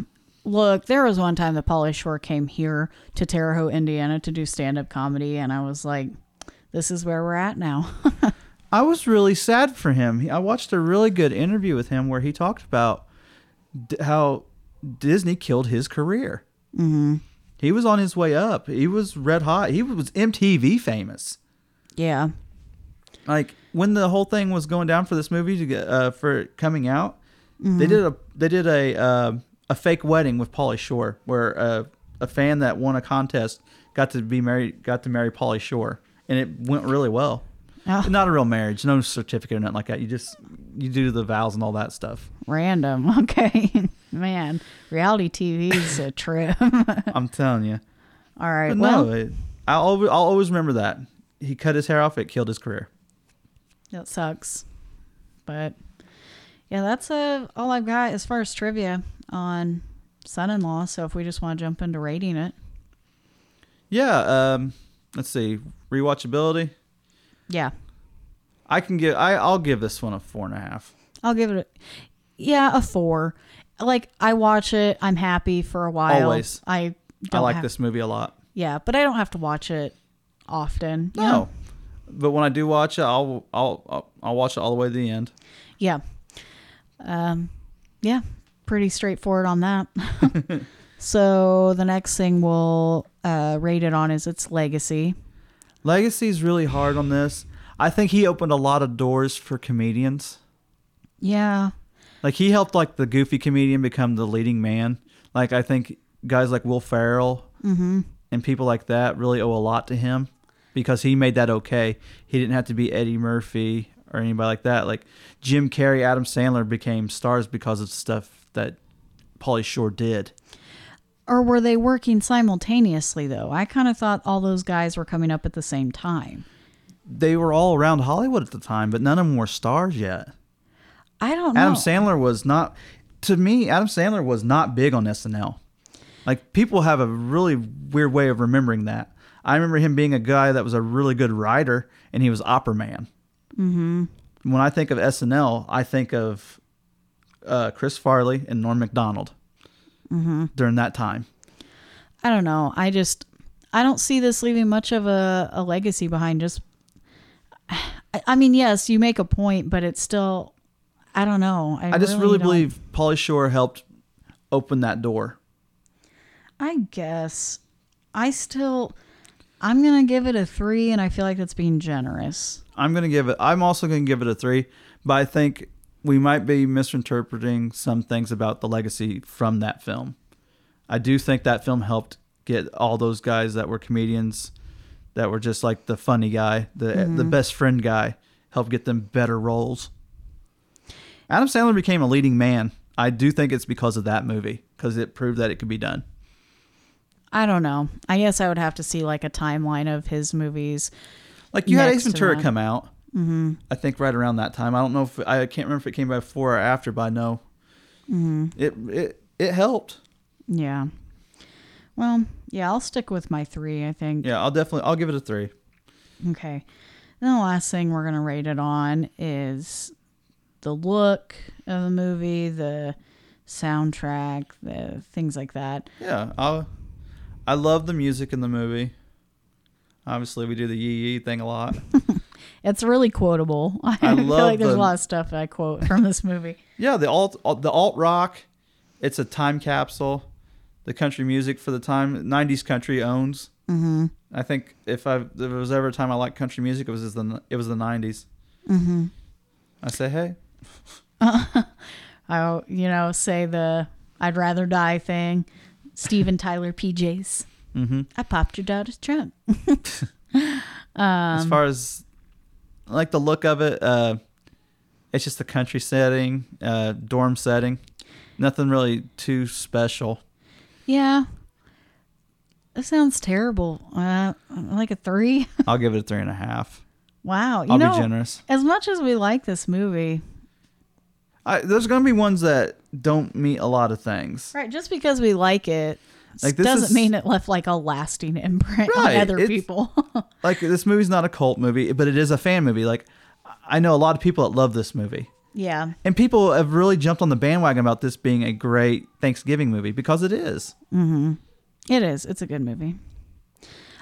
Look, there was one time that Polly Shore came here to Terre Haute, Indiana to do stand up comedy, and I was like, this is where we're at now. I was really sad for him. He- I watched a really good interview with him where he talked about d- how Disney killed his career. Mm-hmm. He was on his way up. He was red hot. He was MTV famous. yeah. Like when the whole thing was going down for this movie to get uh, for it coming out, they did a they did a uh, a fake wedding with Polly Shore where uh, a fan that won a contest got to be married got to marry Polly Shore and it went really well. Oh. Not a real marriage, no certificate or nothing like that. You just you do the vows and all that stuff. Random. Okay. Man, reality TV is a trip. All I'm telling you. right. But well, no, it, I'll always, I'll always remember that. He cut his hair off. It killed his career. that sucks. But yeah, that's uh, all I've got as far as trivia on son in law. So if we just want to jump into rating it, Yeah. Um, let's see. Rewatchability. yeah, I can give. I I'll give this one a four and a half. I'll give it a yeah, a four. Like I watch it, I'm happy for a while. Always. I I don't like have- this movie a lot. Yeah, but I don't have to watch it often. you know? No, but when I do watch it, I'll I'll I'll, I'll watch it all the way to the end. Yeah. Um, yeah, pretty straightforward on that. so the next thing we'll uh, rate it on is its legacy. Legacy's really hard on this. I think he opened a lot of doors for comedians. Yeah. Like he helped like the goofy comedian become the leading man. Like I think guys like Will Ferrell and people like that really owe a lot to him because he made that okay. He didn't have to be Eddie Murphy or anybody like that. Like Jim Carrey, Adam Sandler became stars because of stuff that Pauly Shore did. Or were they working simultaneously though? I kind of thought all those guys were coming up at the same time. They were all around Hollywood at the time, but none of them were stars yet. I don't Adam know. Sandler was not to me. Adam Sandler was not big on SNL. Like people have a really weird way of remembering that. I remember him being a guy that was a really good writer, and he was opera man. Mm-hmm. When I think of SNL, I think of uh, Chris Farley and Norm Macdonald during that time. I don't know. I just I don't see this leaving much of a, a legacy behind. Just I, I mean, yes, you make a point, but it's still I don't know. I, I just really, don't- believe Pauly Shore helped open that door. I guess I still I'm gonna give it a three, and I feel like that's being generous. I'm gonna give it. I'm also gonna give it a three, but I think we might be misinterpreting some things about the legacy from that film. I do think that film helped get all those guys that were comedians, that were just like the funny guy, the the best friend guy, helped get them better roles. Adam Sandler became a leading man. I do think it's because of that movie, because it proved that it could be done. I don't know. I guess I would have to see like a timeline of his movies. Like you had next Ace to Ventura that. come out. Mm-hmm. I think right around that time. I don't know if I can't remember if it came out before or after, but I know Mm-hmm. it it it helped. Yeah. Well, yeah, I'll stick with my three. I think. Yeah, I'll definitely I'll give it a three. Okay. And the last thing we're gonna rate it on is the look of the movie, the soundtrack, the things like that. Yeah, I I love the music in the movie. Obviously, we do the yee yee thing a lot. It's really quotable. I, feel love like there's the- a lot of stuff I quote from this movie. yeah, the alt, alt the alt rock. It's a time capsule. the country music for the time. '90s country owns. Mm-hmm. I think if I if there was ever a time I liked country music, it was just the it was the '90s. Mm-hmm. I say, hey, I, you know, say the I'd rather die thing. Steven Tyler PJs. mm-hmm. I popped your daughter's trunk. Um, as far as I like the look of it, uh, it's just the country setting, uh, dorm setting. Nothing really too special. Yeah. That sounds terrible. Uh, like a three. I'll give it a three and a half. wow. You I'll know, be generous. as much as we like this movie, I, there's gonna be ones that don't meet a lot of things. right? Just because we like it Like, this doesn't is- mean it left like a lasting imprint Right, on other it's- people. Like this movie's not a cult movie, but it is a fan movie. Like I know a lot of people that love this movie, yeah. and people have really jumped on the bandwagon about this being a great Thanksgiving movie because it is. It is. It's a good movie.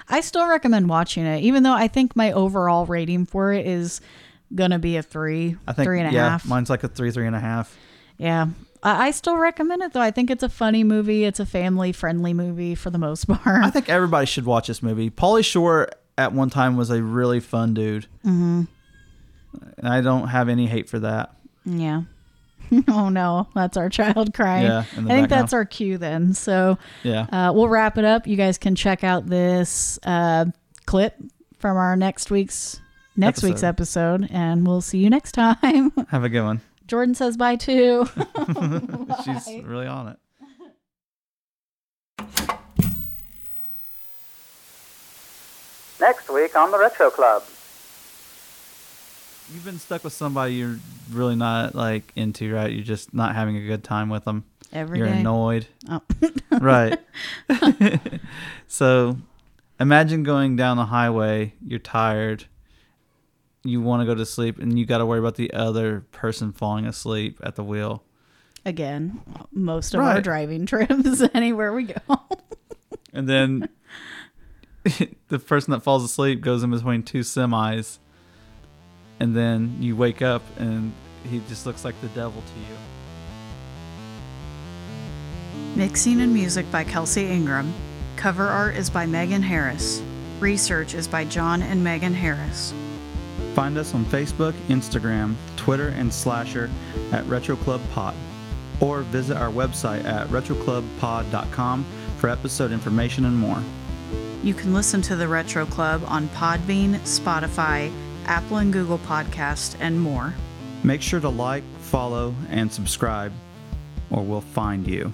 I still recommend watching it, even though I think my overall rating for it is gonna be a three, I think three and a half. yeah, mine's like a three, three and a half. Yeah. I, I still recommend it though. I think it's a funny movie. It's a family friendly movie for the most part. I think everybody should watch this movie. Paulie Shore at one time was a really fun dude. Mm-hmm. And I don't have any hate for that. yeah. oh no, that's our child crying. I Yeah, in think the background. that's our cue then. So Yeah. uh, we'll wrap it up. You guys can check out this uh, clip from our next week's next week's episode, and we'll see you next time. have a good one. Jordan says bye too. She's really on it. Next week on the Retro Club. You've been stuck with somebody you're really not like into, right? You're just not having a good time with them. Every you're day. annoyed. Oh. right. so imagine going down the highway, you're tired, you want to go to sleep, and you got to worry about the other person falling asleep at the wheel. Again, most of our Right. driving trips, anywhere we go. And then the person that falls asleep goes in between two semis. And then you wake up and he just looks like the devil to you. Mixing and music by Kelsey Ingram. Cover art is by Megan Harris. Research is by John and Megan Harris. Find us on Facebook, Instagram, Twitter, and Slasher at Retro Club Pod. Or visit our website at retroclubpod.com for episode information and more. You can listen to The Retro Club on Podbean, Spotify, Apple and Google Podcast, and more. Make sure to like, follow, and subscribe, or we'll find you.